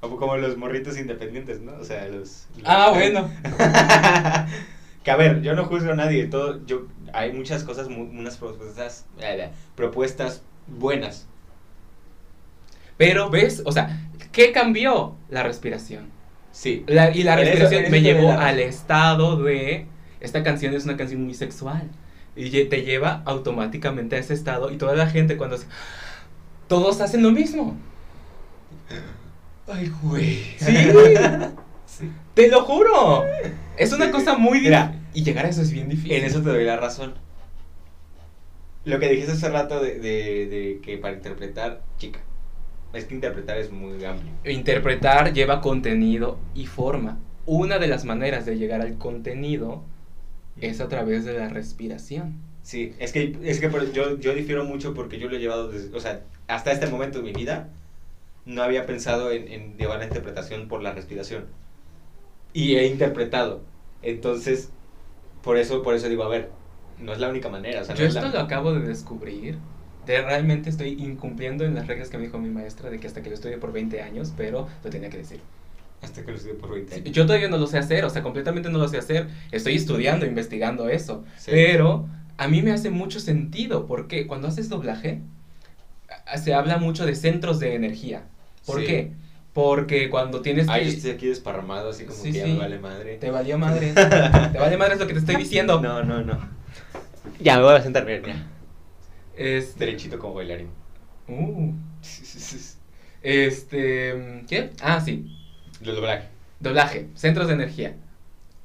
Como, como los morritos independientes, ¿no? O sea, los... los- Ah, bueno. que a ver, yo no juzgo a nadie, todo, yo, hay muchas cosas, mu- unas propuestas, eh, propuestas buenas. Pero ves, o sea, ¿qué cambió? La respiración. Sí. La- y la En eso- respiración en me eso te llevó doy la al razón. estado de. Esta canción es una canción muy sexual. Y lle- te lleva automáticamente a ese estado. Y toda la gente cuando hace- Todos hacen lo mismo. Ay, güey. <laughs> Sí. Sí. ¡Te lo juro! Es una cosa muy. dif- Mira. y llegar a eso es bien difícil. En eso te doy la razón. Lo que dijiste hace rato de, de- de que para interpretar, chica, es que interpretar es muy amplio. Interpretar lleva contenido y forma. Una de las maneras de llegar al contenido es a través de la respiración. Sí, es que, es que por- yo, yo difiero mucho porque yo lo he llevado desde, o sea, hasta este momento de mi vida, no había pensado en, en llevar la interpretación por la respiración. Y he interpretado. Entonces, por eso, por eso digo, a ver, no es la única manera. O sea, no Yo es la- esto lo acabo de descubrir. De realmente estoy incumpliendo en las reglas que me dijo mi maestra de que hasta que lo estudie por 20 años, pero lo tenía que decir. Hasta que lo estudié por 20 años. Yo todavía no lo sé hacer, o sea, completamente no lo sé hacer. Estoy estudiando, investigando eso. Sí. Pero a mí me hace mucho sentido, porque cuando haces doblaje, a- se habla mucho de centros de energía. ¿Por Sí. qué? Porque cuando tienes Ay, que- yo estoy aquí desparramado, así como Sí, que ya sí. me vale madre. Te valió madre. te vale madre es lo que te <laughs> estoy diciendo. No, no, no. Ya, me voy a sentar, mira, mira. Este... Derechito <laughs> como bailarín. uh, este... ¿Qué? Ah, sí. Lo doblaje. Doblaje, centros de energía.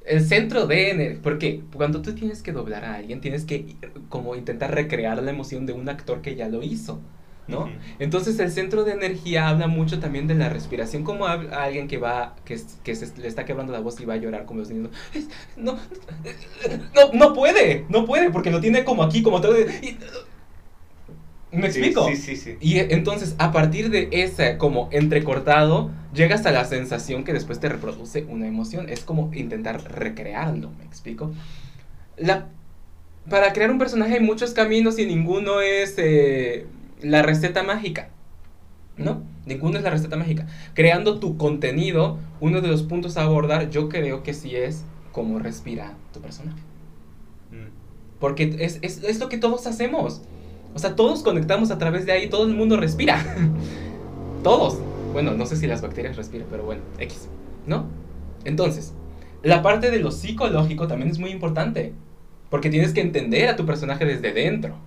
El centro de energía. ¿Por qué? Cuando tú tienes que doblar a alguien, tienes que eh, como intentar recrear la emoción de un actor que ya lo hizo, ¿no? Ujú. Entonces el centro de energía habla mucho también de la respiración, como hab- a alguien que va, que, s- que se, le está quebrando la voz y va a llorar como los niños. "Es- No, no, no puede, no puede, porque lo tiene como aquí, como todo. y- ¿Me Sí, explico? Sí, sí, sí. Y eh, entonces, a partir de ese como entrecortado, llegas a la sensación que después te reproduce una emoción. Es como intentar recrearlo, ¿me explico? La, para crear un personaje hay muchos caminos y ninguno es eh, la receta mágica. ¿No? Ninguno es la receta mágica. Creando tu contenido, uno de los puntos a abordar, yo creo que sí es cómo respira tu personaje. Mm. Porque es, es, es lo que todos hacemos. O sea, todos conectamos a través de ahí, todo el mundo respira. <laughs> todos. Bueno, no sé si las bacterias respiran, pero bueno, X. ¿No? Entonces, la parte de lo psicológico también es muy importante. Porque tienes que entender a tu personaje desde dentro.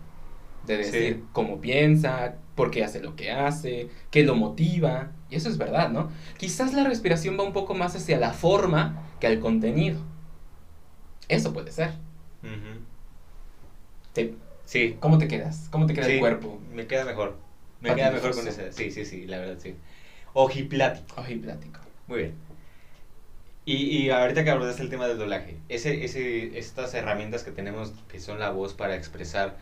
De decir Sí. cómo piensa, por qué hace lo que hace, qué lo motiva. Y eso es verdad, ¿no? Quizás la respiración va un poco más hacia la forma que al contenido. Eso puede ser. Ujú. Te- Sí. ¿Cómo te quedas? ¿Cómo te queda sí, el cuerpo? Me queda mejor. Me Pati queda mejor con difuso. esa. Sí, sí, sí, la verdad, sí. Ojiplático. Oye, plático. Muy bien. Y, y ahorita que abordaste el tema del doblaje, ese, ese, estas herramientas que tenemos, que son la voz para expresar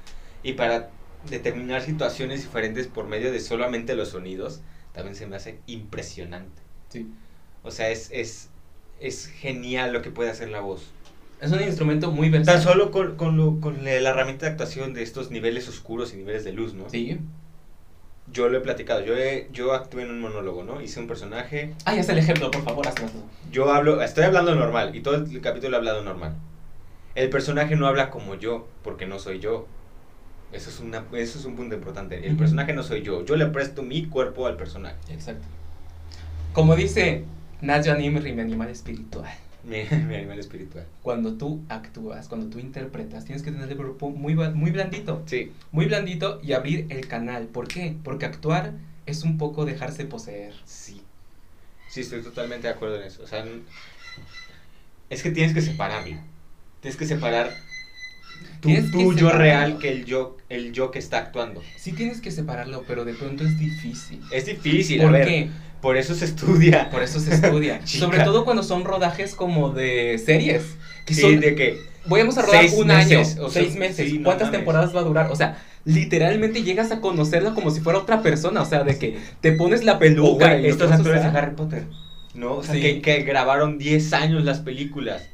y para determinar situaciones diferentes por medio de solamente los sonidos, también se me hace impresionante. Sí. O sea, es, es, es genial lo que puede hacer la voz. Es un instrumento muy Tan versátil. solo con, con, lo- con la la herramienta de actuación de estos niveles oscuros y niveles de luz, ¿no? Sí. Yo lo he platicado, yo, he- yo actué en un monólogo, ¿no? Hice un personaje, Ah, ya está el ejemplo, por favor, haznoslo. yo hablo, estoy hablando normal, y todo el capítulo he hablado normal. El personaje no habla como yo, porque no soy yo. Eso es, una, eso es un punto importante. El Ujú. personaje no soy yo, yo le presto mi cuerpo al personaje. <laughs> Exacto. Como dice Nadia Nimri, mi animal espiritual. Mi, mi animal espiritual. Cuando tú actúas, cuando tú interpretas, tienes que tener el cuerpo muy, ba- muy blandito. Sí, Muy blandito y abrir el canal. ¿Por qué? Porque actuar es un poco dejarse poseer. sí. Sí, estoy totalmente de acuerdo en eso. O sea, n- es que tienes que separarlo. Tienes que separar tu, Tienes que tu yo separarlo. real que el yo, el yo que está actuando. Sí tienes que separarlo, pero de pronto es difícil. Es difícil, a ¿Por ver. qué? Por eso se estudia. Por eso se <laughs> estudia. Chica. Sobre todo cuando son rodajes como de series. Que Sí, son de que Vamos a rodar Seis un meses, año, o sea, seis meses. sí, no ¿Cuántas mames. temporadas va a durar? O sea, literalmente llegas a conocerla como si fuera otra persona. O sea, de que te pones la oh, peluca. güey, y estos lo actores usas, de Harry Potter. No, o sea, Sí. que, que grabaron 10 años las películas.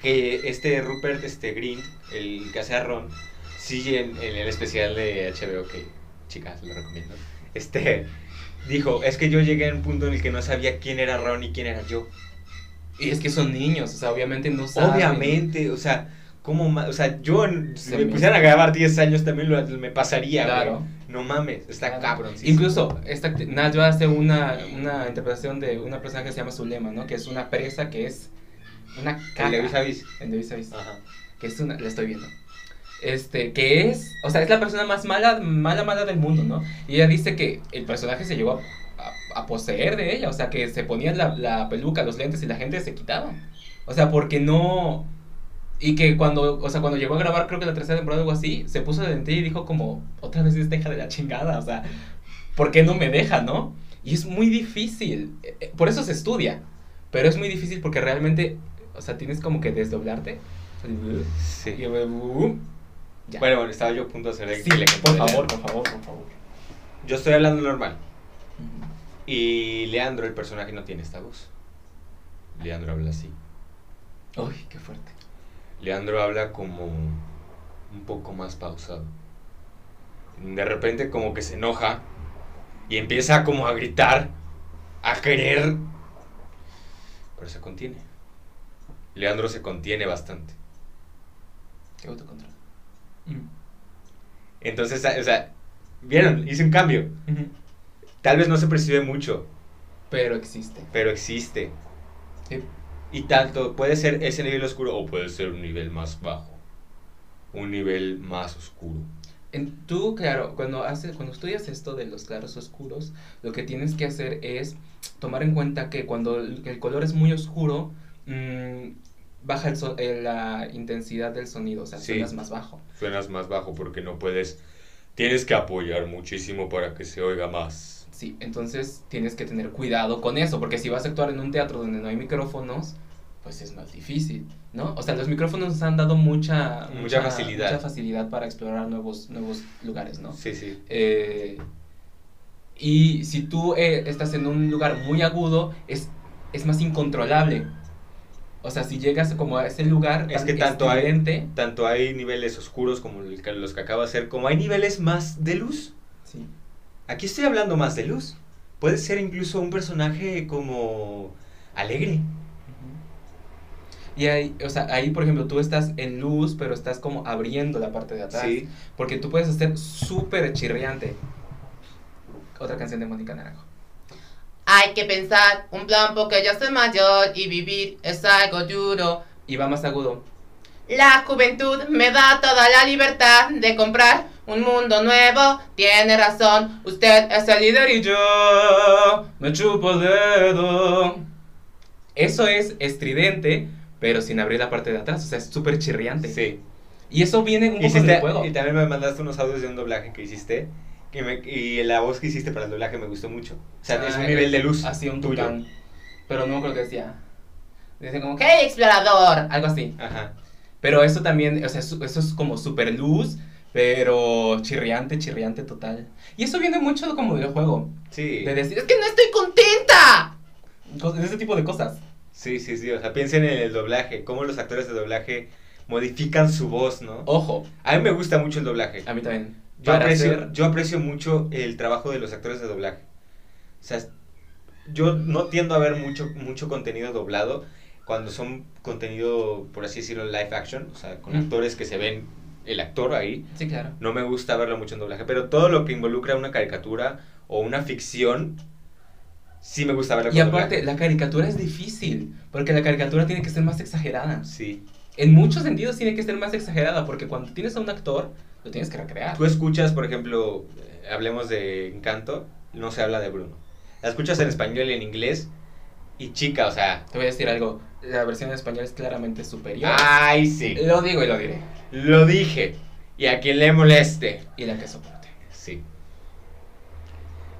Que este Rupert este Green, el que hace a Ron, sí, en, en el especial de HBO, que chicas, lo recomiendo. Este dijo, es que yo llegué a un punto en el que no sabía quién era Ron y quién era yo. Y es que son niños, o sea, obviamente no saben. Obviamente, o sea, ¿cómo ma- O sea, yo en- si Se me me- pusieran a grabar 10 años también lo- me pasaría, güey. Claro. No mames, está Claro. cabrón. Incluso, esta, acti- Najwa hace una, una interpretación de una persona que se llama Zulema, ¿no? Que es una presa que es una caca. En The Vis a Vis. Ajá. que es una, la estoy viendo. Este, que es, o sea, es la persona más mala, mala, mala del mundo, ¿no? Y ella dice que el personaje se llevó a, a- a poseer de ella, o sea, que se ponía la, la peluca, los lentes y la gente se quitaba. O sea, porque no... Y que cuando, o sea, cuando llegó a grabar, creo que la tercera temporada o algo así, se puso de lentilla y dijo como, otra vez esta hija de la chingada, o sea, ¿por qué no me deja, no? Y es muy difícil, eh, eh, por eso se estudia, pero es muy difícil porque realmente, o sea, tienes como que desdoblarte Sí. Y yo, "Uh, ya". Bueno, bueno, estaba yo a punto de hacer el Sí, que le- por favor, por favor, por favor. Yo estoy hablando normal. Y Leandro, el personaje, no tiene esta voz. Leandro habla así. Uy, qué fuerte. Leandro habla como un poco más pausado. De repente como que se enoja y empieza como a gritar, a querer, pero se contiene. Leandro se contiene bastante. Qué autocontrol. Entonces, o sea, vieron, hice un cambio. Ujú. Tal vez no se percibe mucho, Pero existe. pero existe. Sí. Y tanto puede ser ese nivel oscuro o puede ser un nivel más bajo. Un nivel más oscuro. En- tú, claro, cuando, haces, cuando estudias esto de los claros oscuros, lo que tienes que hacer es tomar en cuenta que cuando el, que el color es muy oscuro, mm, baja el so- eh, la intensidad del sonido, o sea, Sí. suenas más bajo. suenas más bajo porque no puedes, tienes que apoyar muchísimo para que se oiga más. Sí, entonces tienes que tener cuidado con eso, porque si vas a actuar en un teatro donde no hay micrófonos, pues es más difícil, ¿no? O sea, los micrófonos nos han dado mucha, Mucha facilidad. mucha facilidad para explorar nuevos, nuevos lugares, ¿no? Sí, sí. Eh, y si tú eh, estás en un lugar muy agudo, es, es más incontrolable. O sea, si llegas como a ese lugar Es tan que tanto hay- estridente, Tanto hay niveles oscuros como el que- los que acaba de hacer, como hay niveles más de luz. sí. Aquí estoy hablando más de luz. Puede ser incluso un personaje como alegre. Y ahí, o sea, ahí, por ejemplo, tú estás en luz, pero estás como abriendo la parte de atrás. Porque tú puedes hacer súper chirriante. Otra canción de Mónica Naranjo. Hay que pensar un plan porque ya soy mayor y vivir es algo duro. Y va más agudo. La juventud me da toda la libertad de comprar un mundo nuevo. Tiene razón, usted es el líder y yo. yo me chupo el dedo. Eso es estridente, pero sin abrir la parte de atrás. O sea, es súper chirriante. Sí. Y eso viene un poco Hiciste- del juego. y también me mandaste unos audios de un doblaje que hiciste. que me- y la voz que hiciste para el doblaje me gustó mucho. O sea, es un Ah, nivel de luz. Así un tuyo. tucán. Pero no creo que decía. Dice como que ¡Hey, explorador! algo así. Ajá. Pero eso también, o sea, su- eso es como super luz, pero chirriante, chirriante total. Y eso viene mucho como del juego. Sí. De decir, ¡Es que no estoy contenta! cos- ese tipo de cosas. Sí, sí, sí. O sea, piensen en el doblaje, cómo los actores de doblaje modifican su voz, ¿no? Ojo, A mí me gusta mucho el doblaje. a mí también. Yo Para aprecio, hacer- yo aprecio mucho el trabajo de los actores de doblaje. O sea, yo no tiendo a ver mucho, mucho contenido doblado cuando son contenido, por así decirlo, live action, o sea, con Mm. actores que se ven el actor ahí. Sí, claro. No me gusta verlo mucho en doblaje, pero todo lo que involucra una caricatura o una ficción, sí me gusta verlo Y con aparte, doblaje. la caricatura es difícil, porque la caricatura tiene que ser más exagerada. Sí. En muchos sentidos tiene que ser más exagerada, porque cuando tienes a un actor, lo tienes que recrear. Tú escuchas, por ejemplo, eh, hablemos de Encanto, no se habla de Bruno. La escuchas en español y en inglés y chica, o sea, Te voy a decir algo, la versión en español es claramente superior. ay sí, Lo digo y lo diré. lo dije y a quien le moleste. Y la que soporte. Sí.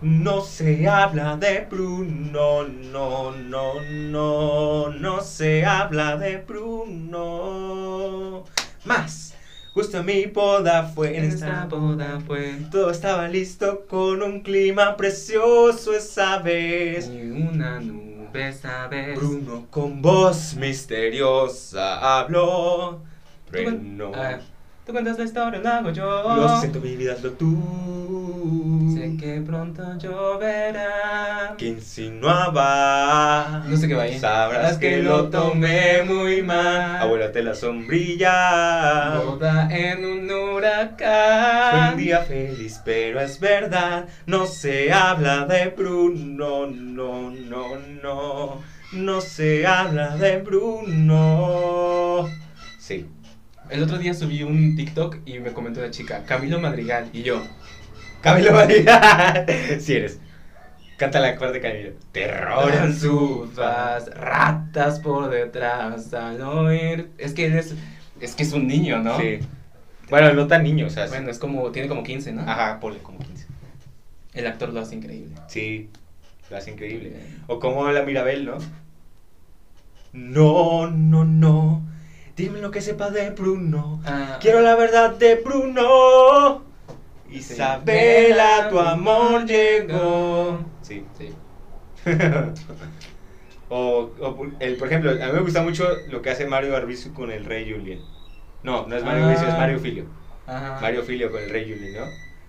No se habla de Bruno, no, no, no, no se habla de Bruno. Más, justo en mi boda fue en esta boda fue Todo estaba listo con un clima precioso esa vez. ni una nube, ¿sabes? Bruno con voz misteriosa habló. Tú cuen- Bruno. Ah, tú cuentas la historia, la hago yo. Lo siento, mi vida es lo tú. Sé que pronto lloverá. Que insinuaba. No sé qué va ahí. Sabrás que lo tomé muy mal. Abuélate la sombrilla. Boda en un Fue huracán. un día feliz, pero es verdad, no se habla de Bruno, no, no, no, no se habla de Bruno. Sí. El otro día subí un TikTok y me comentó una chica, Camilo Madrigal, y yo. Camilo <laughs> Valida, si eres. Canta la parte de Camilo. Terror Ahora en su faz. subas ratas por detrás al oír. Es que es, es que es un niño, ¿no? Sí. Bueno, no tan niño, o sea. sí. Bueno, es como, tiene como 15, ¿no? Ajá, ponle como 15. El actor lo hace increíble. Sí, lo hace increíble. O como habla Mirabel, ¿no? No, no, no. Dime lo que sepa de Bruno. Ah, Quiero la verdad de Bruno. Isabela, Isabela, tu tu amor amor llegó. llegó. Sí. <laughs> ah, Sí. o, o por- el, por ejemplo, a mí me gusta mucho lo que hace Mario Arbizu con el Rey Julien. No, no es Mario Ah. Arbizu, es Mario Filio. Ajá. Mario Filio con el Rey Julien, ¿no?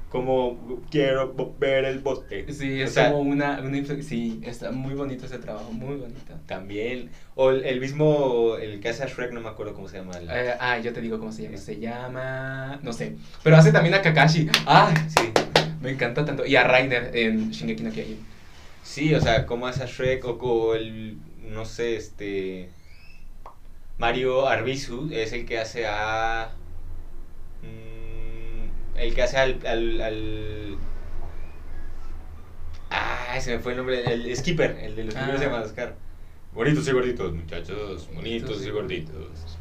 Como quiero ver el bote. Sí, O es sea, como una, una influ- Sí, está muy bonito ese trabajo, muy bonito. También. O el, el mismo, el que hace a Shrek, no me acuerdo cómo se llama. el- Eh, ah, yo te digo cómo se llama. Se llama. No sé. Pero hace también a Kakashi. Ah, Sí. me encanta tanto. Y a Rainer en Shingeki no Kyojin. Sí, o sea, como hace a Shrek o, co- el, no sé, este... Mario Arbizu es el que hace a... mm, el que hace al, al, al- Ah, se me fue el nombre, el Skipper, el de los Ah. primeros de Madagascar. Bonitos y gorditos, Bonitos muchachos, bonitos y y gorditos.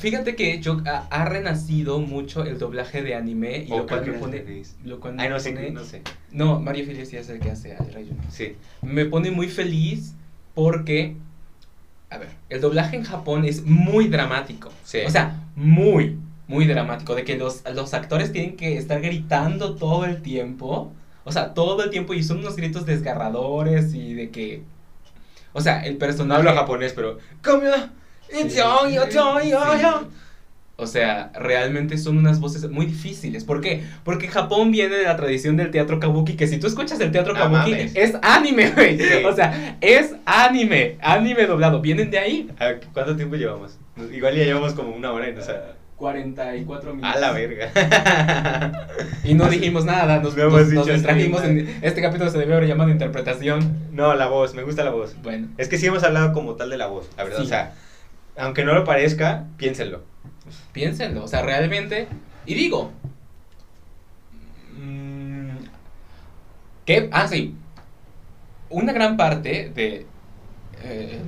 Fíjate que yo, ha, ha renacido mucho el doblaje de anime. Y Oh, lo cual me creo que pone. es- Lo cual Ay, me Ah, no sé, pone- no sé. No, Mario Filio sí es el que hace al Rey Juno. Sí, me pone muy feliz porque, a ver, el doblaje en Japón es muy dramático. Sí. O sea, muy, muy dramático. De que los, los actores tienen que estar gritando todo el tiempo. O sea, todo el tiempo y son unos gritos desgarradores y de que... O sea, el no personaje... hablo japonés, pero... "Come on, Sí. it's on, it's on, it's on". Sí. O sea, realmente son unas voces muy difíciles. ¿Por qué? Porque Japón viene de la tradición del teatro kabuki, que si tú escuchas el teatro No kabuki, Ah, mames. es anime, güey. Sí. O sea, es anime, anime doblado. Vienen de ahí. A ver, ¿cuánto tiempo llevamos? Igual ya llevamos como una hora y no sé. 44 minutos. A la verga. Y no dijimos nada, nos, <laughs> No hemos nos, nos dicho distrajimos. nada. en- este capítulo se debió haber llamado interpretación. <laughs> No, la voz, me gusta la voz. Bueno, Es que sí hemos hablado como tal de la voz, la verdad. Sí. O sea, aunque no lo parezca, piénsenlo. piénsenlo. O sea, realmente. Y digo. mm, ¿Qué? Ah, sí. Una gran parte de. eh,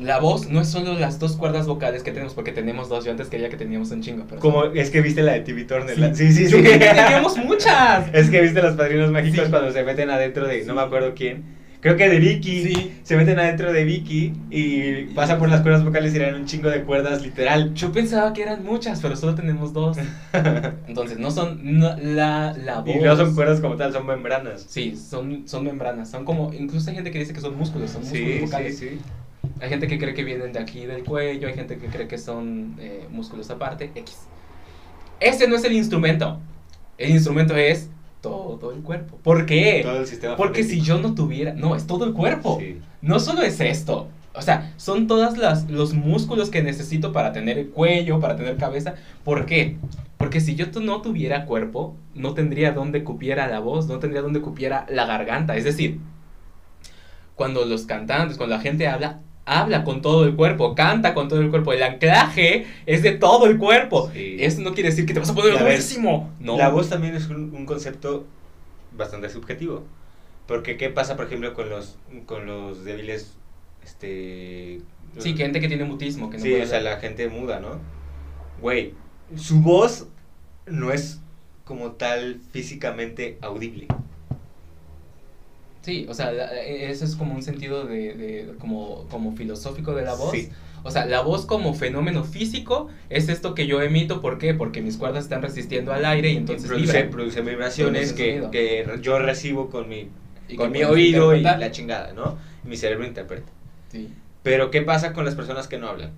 la voz no es solo las dos cuerdas vocales que tenemos, porque tenemos dos. Yo antes creía que teníamos un chingo, pero. Como es que viste la de TV Turner. Sí. la- Sí, sí, sí. Yo creí que <laughs> teníamos muchas. Es que viste los padrinos mágicos Sí. cuando se meten adentro de. Sí. No me acuerdo quién. Creo que de Vicky. Sí. Se meten adentro de Vicky y pasa por las cuerdas vocales y eran un chingo de cuerdas, literal. Yo pensaba que eran muchas, pero solo tenemos <laughs> dos. Entonces, no son. no- la, la voz. Y no son cuerdas como tal, son membranas. Sí, son, son membranas, son como, incluso hay gente que dice que son músculos, son músculos vocales. sí. Hay gente que cree que vienen de aquí del cuello, hay gente que cree que son eh, músculos aparte, X. Ese no es el instrumento, el instrumento es todo el cuerpo. ¿Por qué? Todo el sistema Eh, Porque si yo no tuviera, no, es todo el cuerpo. Sí. No solo es esto, o sea, son todas las los músculos que necesito para tener el cuello, para tener cabeza. ¿Por qué? Porque si yo tu- no tuviera cuerpo, no tendría dónde cupiera la voz, no tendría dónde cupiera la garganta. Es decir, cuando los cantantes, cuando la gente habla, habla con todo el cuerpo, canta con todo el cuerpo. El anclaje es de todo el cuerpo. Sí. Eso no quiere decir que te vas a poner Y a ver, durísimo. No. La voz también es un, un concepto bastante subjetivo. Porque ¿qué pasa, por ejemplo, con los, con los débiles, este... Sí, que gente que tiene mutismo, que no Sí, puede o sea, hablar. la gente muda, ¿no? Güey, su voz no es como tal físicamente audible. Sí, o sea, la- eh, eso es como un sentido de, de- como, como filosófico de la voz. Sí, O sea, la voz como fenómeno físico es esto que yo emito, ¿por qué? Porque mis cuerdas están resistiendo al aire y entonces produce, vibran. produce vibraciones Produce que, sonido. que re- yo recibo con mi, Y con que mi puedes oído y interpretar. la chingada, ¿no? Mi cerebro interpreta. Sí. Pero ¿qué pasa con las personas que no hablan?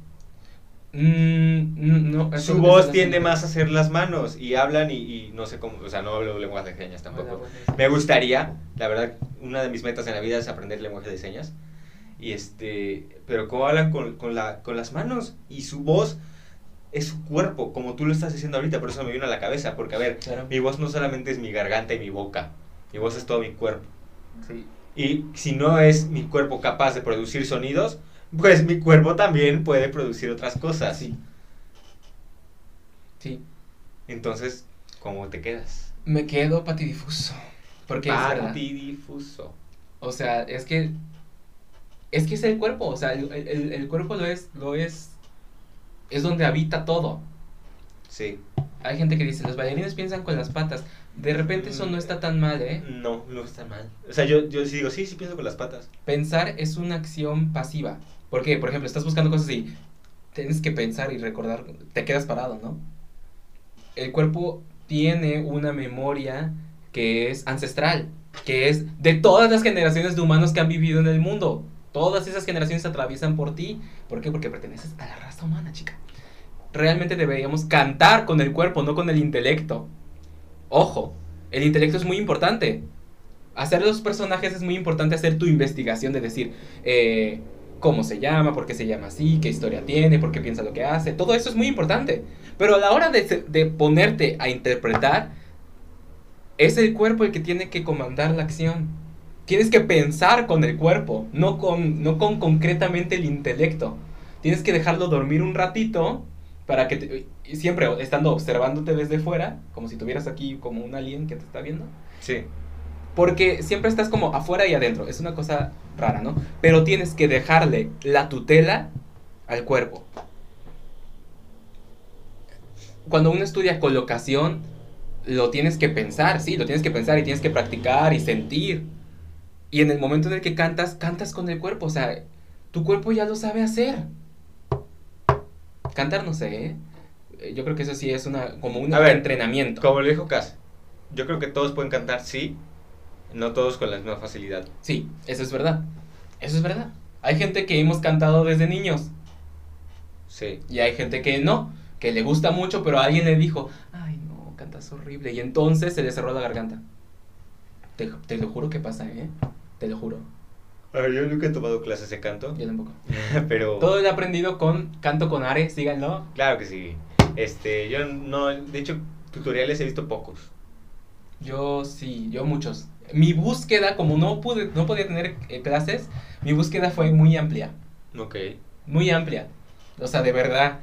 Mm, mm, no, eso Su no voz suena tiende similar. más a ser las manos y hablan y, y no sé cómo, o sea, no hablo lenguaje de señas Hola, tampoco. buenas. Me gustaría, la verdad, una de mis metas en la vida es aprender lenguaje de señas. Y este, pero cómo hablan con, con, la, con las manos y su voz es su cuerpo, como tú lo estás diciendo ahorita, por eso me vino a la cabeza, porque a ver, Claro. mi voz no solamente es mi garganta y mi boca, mi voz es todo mi cuerpo. Sí. Y si no es mi cuerpo capaz de producir sonidos, pues mi cuerpo también puede producir otras cosas. Sí. Sí. Entonces, ¿cómo te quedas? Me quedo patidifuso. Porque Ah, es verdad. Patidifuso. O sea, es que. Es que es el cuerpo. O sea, el, el- el cuerpo lo es. Lo es. Es donde habita todo. Sí. Hay gente que dice, los bailarines piensan con las patas. De repente eso no está tan mal, ¿eh? No, no está mal. O sea, yo, yo sí digo, sí, sí pienso con las patas. Pensar es una acción pasiva. ¿Por qué? Por ejemplo, estás buscando cosas y tienes que pensar y recordar, te quedas parado, ¿no? El cuerpo tiene una memoria que es ancestral, que es de todas las generaciones de humanos que han vivido en el mundo. Todas esas generaciones atraviesan por ti. ¿Por qué? Porque perteneces a la raza humana, chica. Realmente deberíamos cantar con el cuerpo, no con el intelecto. Ojo, el intelecto es muy importante. Hacer los personajes es muy importante hacer tu investigación de decir eh, cómo se llama, por qué se llama así, qué historia tiene, por qué piensa lo que hace. Todo eso es muy importante. Pero a la hora de, se- de ponerte a interpretar, es el cuerpo el que tiene que comandar la acción. Tienes que pensar con el cuerpo, no con, no con concretamente el intelecto. Tienes que dejarlo dormir un ratito para que te- y siempre estando observándote desde fuera, como si tuvieras aquí como un alien que te está viendo. Sí. Porque siempre estás como afuera y adentro. Es una cosa rara, ¿no? Pero tienes que dejarle la tutela al cuerpo. Cuando uno estudia colocación, lo tienes que pensar, sí, lo tienes que pensar y tienes que practicar y sentir. Y en el momento en el que cantas, cantas con el cuerpo. O sea, tu cuerpo ya lo sabe hacer. Cantar, no sé, ¿eh? Eh, Yo creo que eso sí es una, como un A ver, entrenamiento. Como lo dijo Cas, yo creo que todos pueden cantar, sí, no todos con la misma facilidad. Sí, eso es verdad. Eso es verdad. Hay gente que hemos cantado desde niños Sí. y hay gente que no, que le gusta mucho, pero alguien le dijo, ay no, cantas horrible. Y entonces se le cerró la garganta. Te, te lo juro que pasa, ¿eh? Te lo juro. A ver, yo nunca he tomado clases de canto, Yo tampoco. <laughs> pero... Todo lo he aprendido con Canto con Are, síganlo. Claro que sí. Este, yo no, de hecho, tutoriales he visto pocos. Yo sí, yo muchos. Mi búsqueda, como no pude, no podía tener eh, clases, mi búsqueda fue muy amplia. Ok. muy amplia. O sea, de verdad.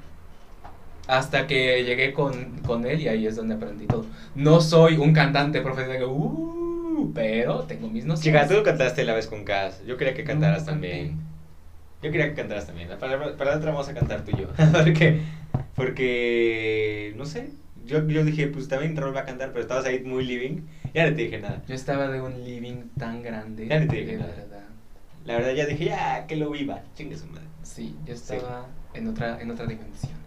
Hasta que llegué con, con él y ahí es donde aprendí todo. No soy un cantante profesional que, "Uh", pero tengo mis nociones. Chica, tú cantaste la vez con Cas, yo quería que cantaras Pues No, también. Yo quería que cantaras también. Para, para la otra vamos a cantar tú y yo. <laughs> ¿Por qué? Porque, no sé, yo, yo dije, pues también Raúl va a cantar, pero estabas ahí muy living. Ya no te dije nada. Yo estaba de un living tan grande. Ya ni te de digo nada. verdad. La verdad ya dije, ya, que lo viva. Chingue su madre. Sí, yo estaba en otra en otra dimensión.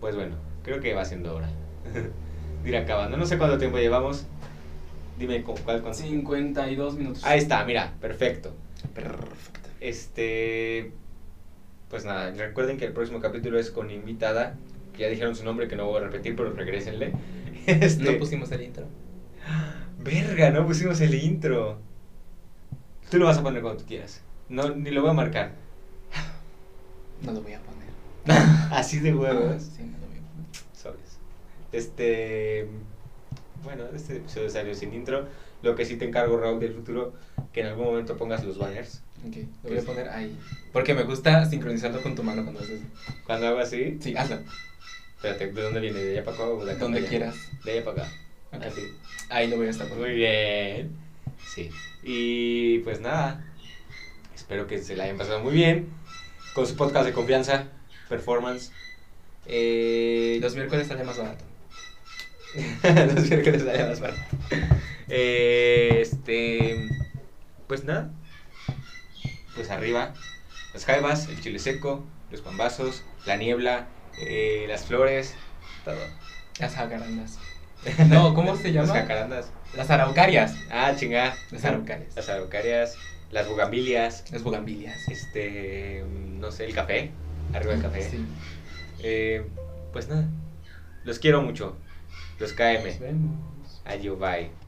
Pues bueno, creo que va siendo hora. <laughs> de ir acabando. No sé cuánto tiempo llevamos. Dime cu- cuál cuánto. 52 minutos. Ahí está, mira, perfecto. Perfecto. Este. Pues nada, recuerden que el próximo capítulo es con invitada. que Ya dijeron su nombre que no voy a repetir, pero regrésenle. <laughs> Este, No pusimos el intro. Verga, no pusimos el intro. Tú lo vas a poner cuando tú quieras. No, ni lo voy a marcar. No lo voy a poner. Ah, Así de huevos. Sí, no lo voy a poner. Sobres. Este. Bueno, este episodio salió sin intro. Lo que sí te encargo, Raúl, del futuro, que en algún momento pongas los banners. Ok, lo voy a poner ahí. Porque me gusta sincronizarlo con tu mano cuando haces. Cuando hago así, Sí, hazlo. espérate, ¿de dónde viene? ¿De allá para acá o de acá Donde para allá? quieras. De allá para acá. Ok. Así. Ahí lo voy a estar poniendo. Muy bien. Sí. Y pues nada. Espero que se la hayan pasado muy bien. Con su podcast de confianza, performance. Eh, <laughs> Y los miércoles sale más barato. no sé qué les daría más mal. Eh, este. Pues nada. Pues arriba. Las jaivas, el chile seco, los pambazos, la niebla, eh, las flores, todo. Las jacarandas. <laughs> No, ¿cómo se llama? Las jacarandas. Las araucarias. Ah, chingada. Las araucarias. Las araucarias, las bugambilias, Las bugambilias. este. No sé, el café. Arriba el café. Ah, Sí. Eh, pues nada. Los quiero mucho. Los Nos KM. vemos. Adiós, bye.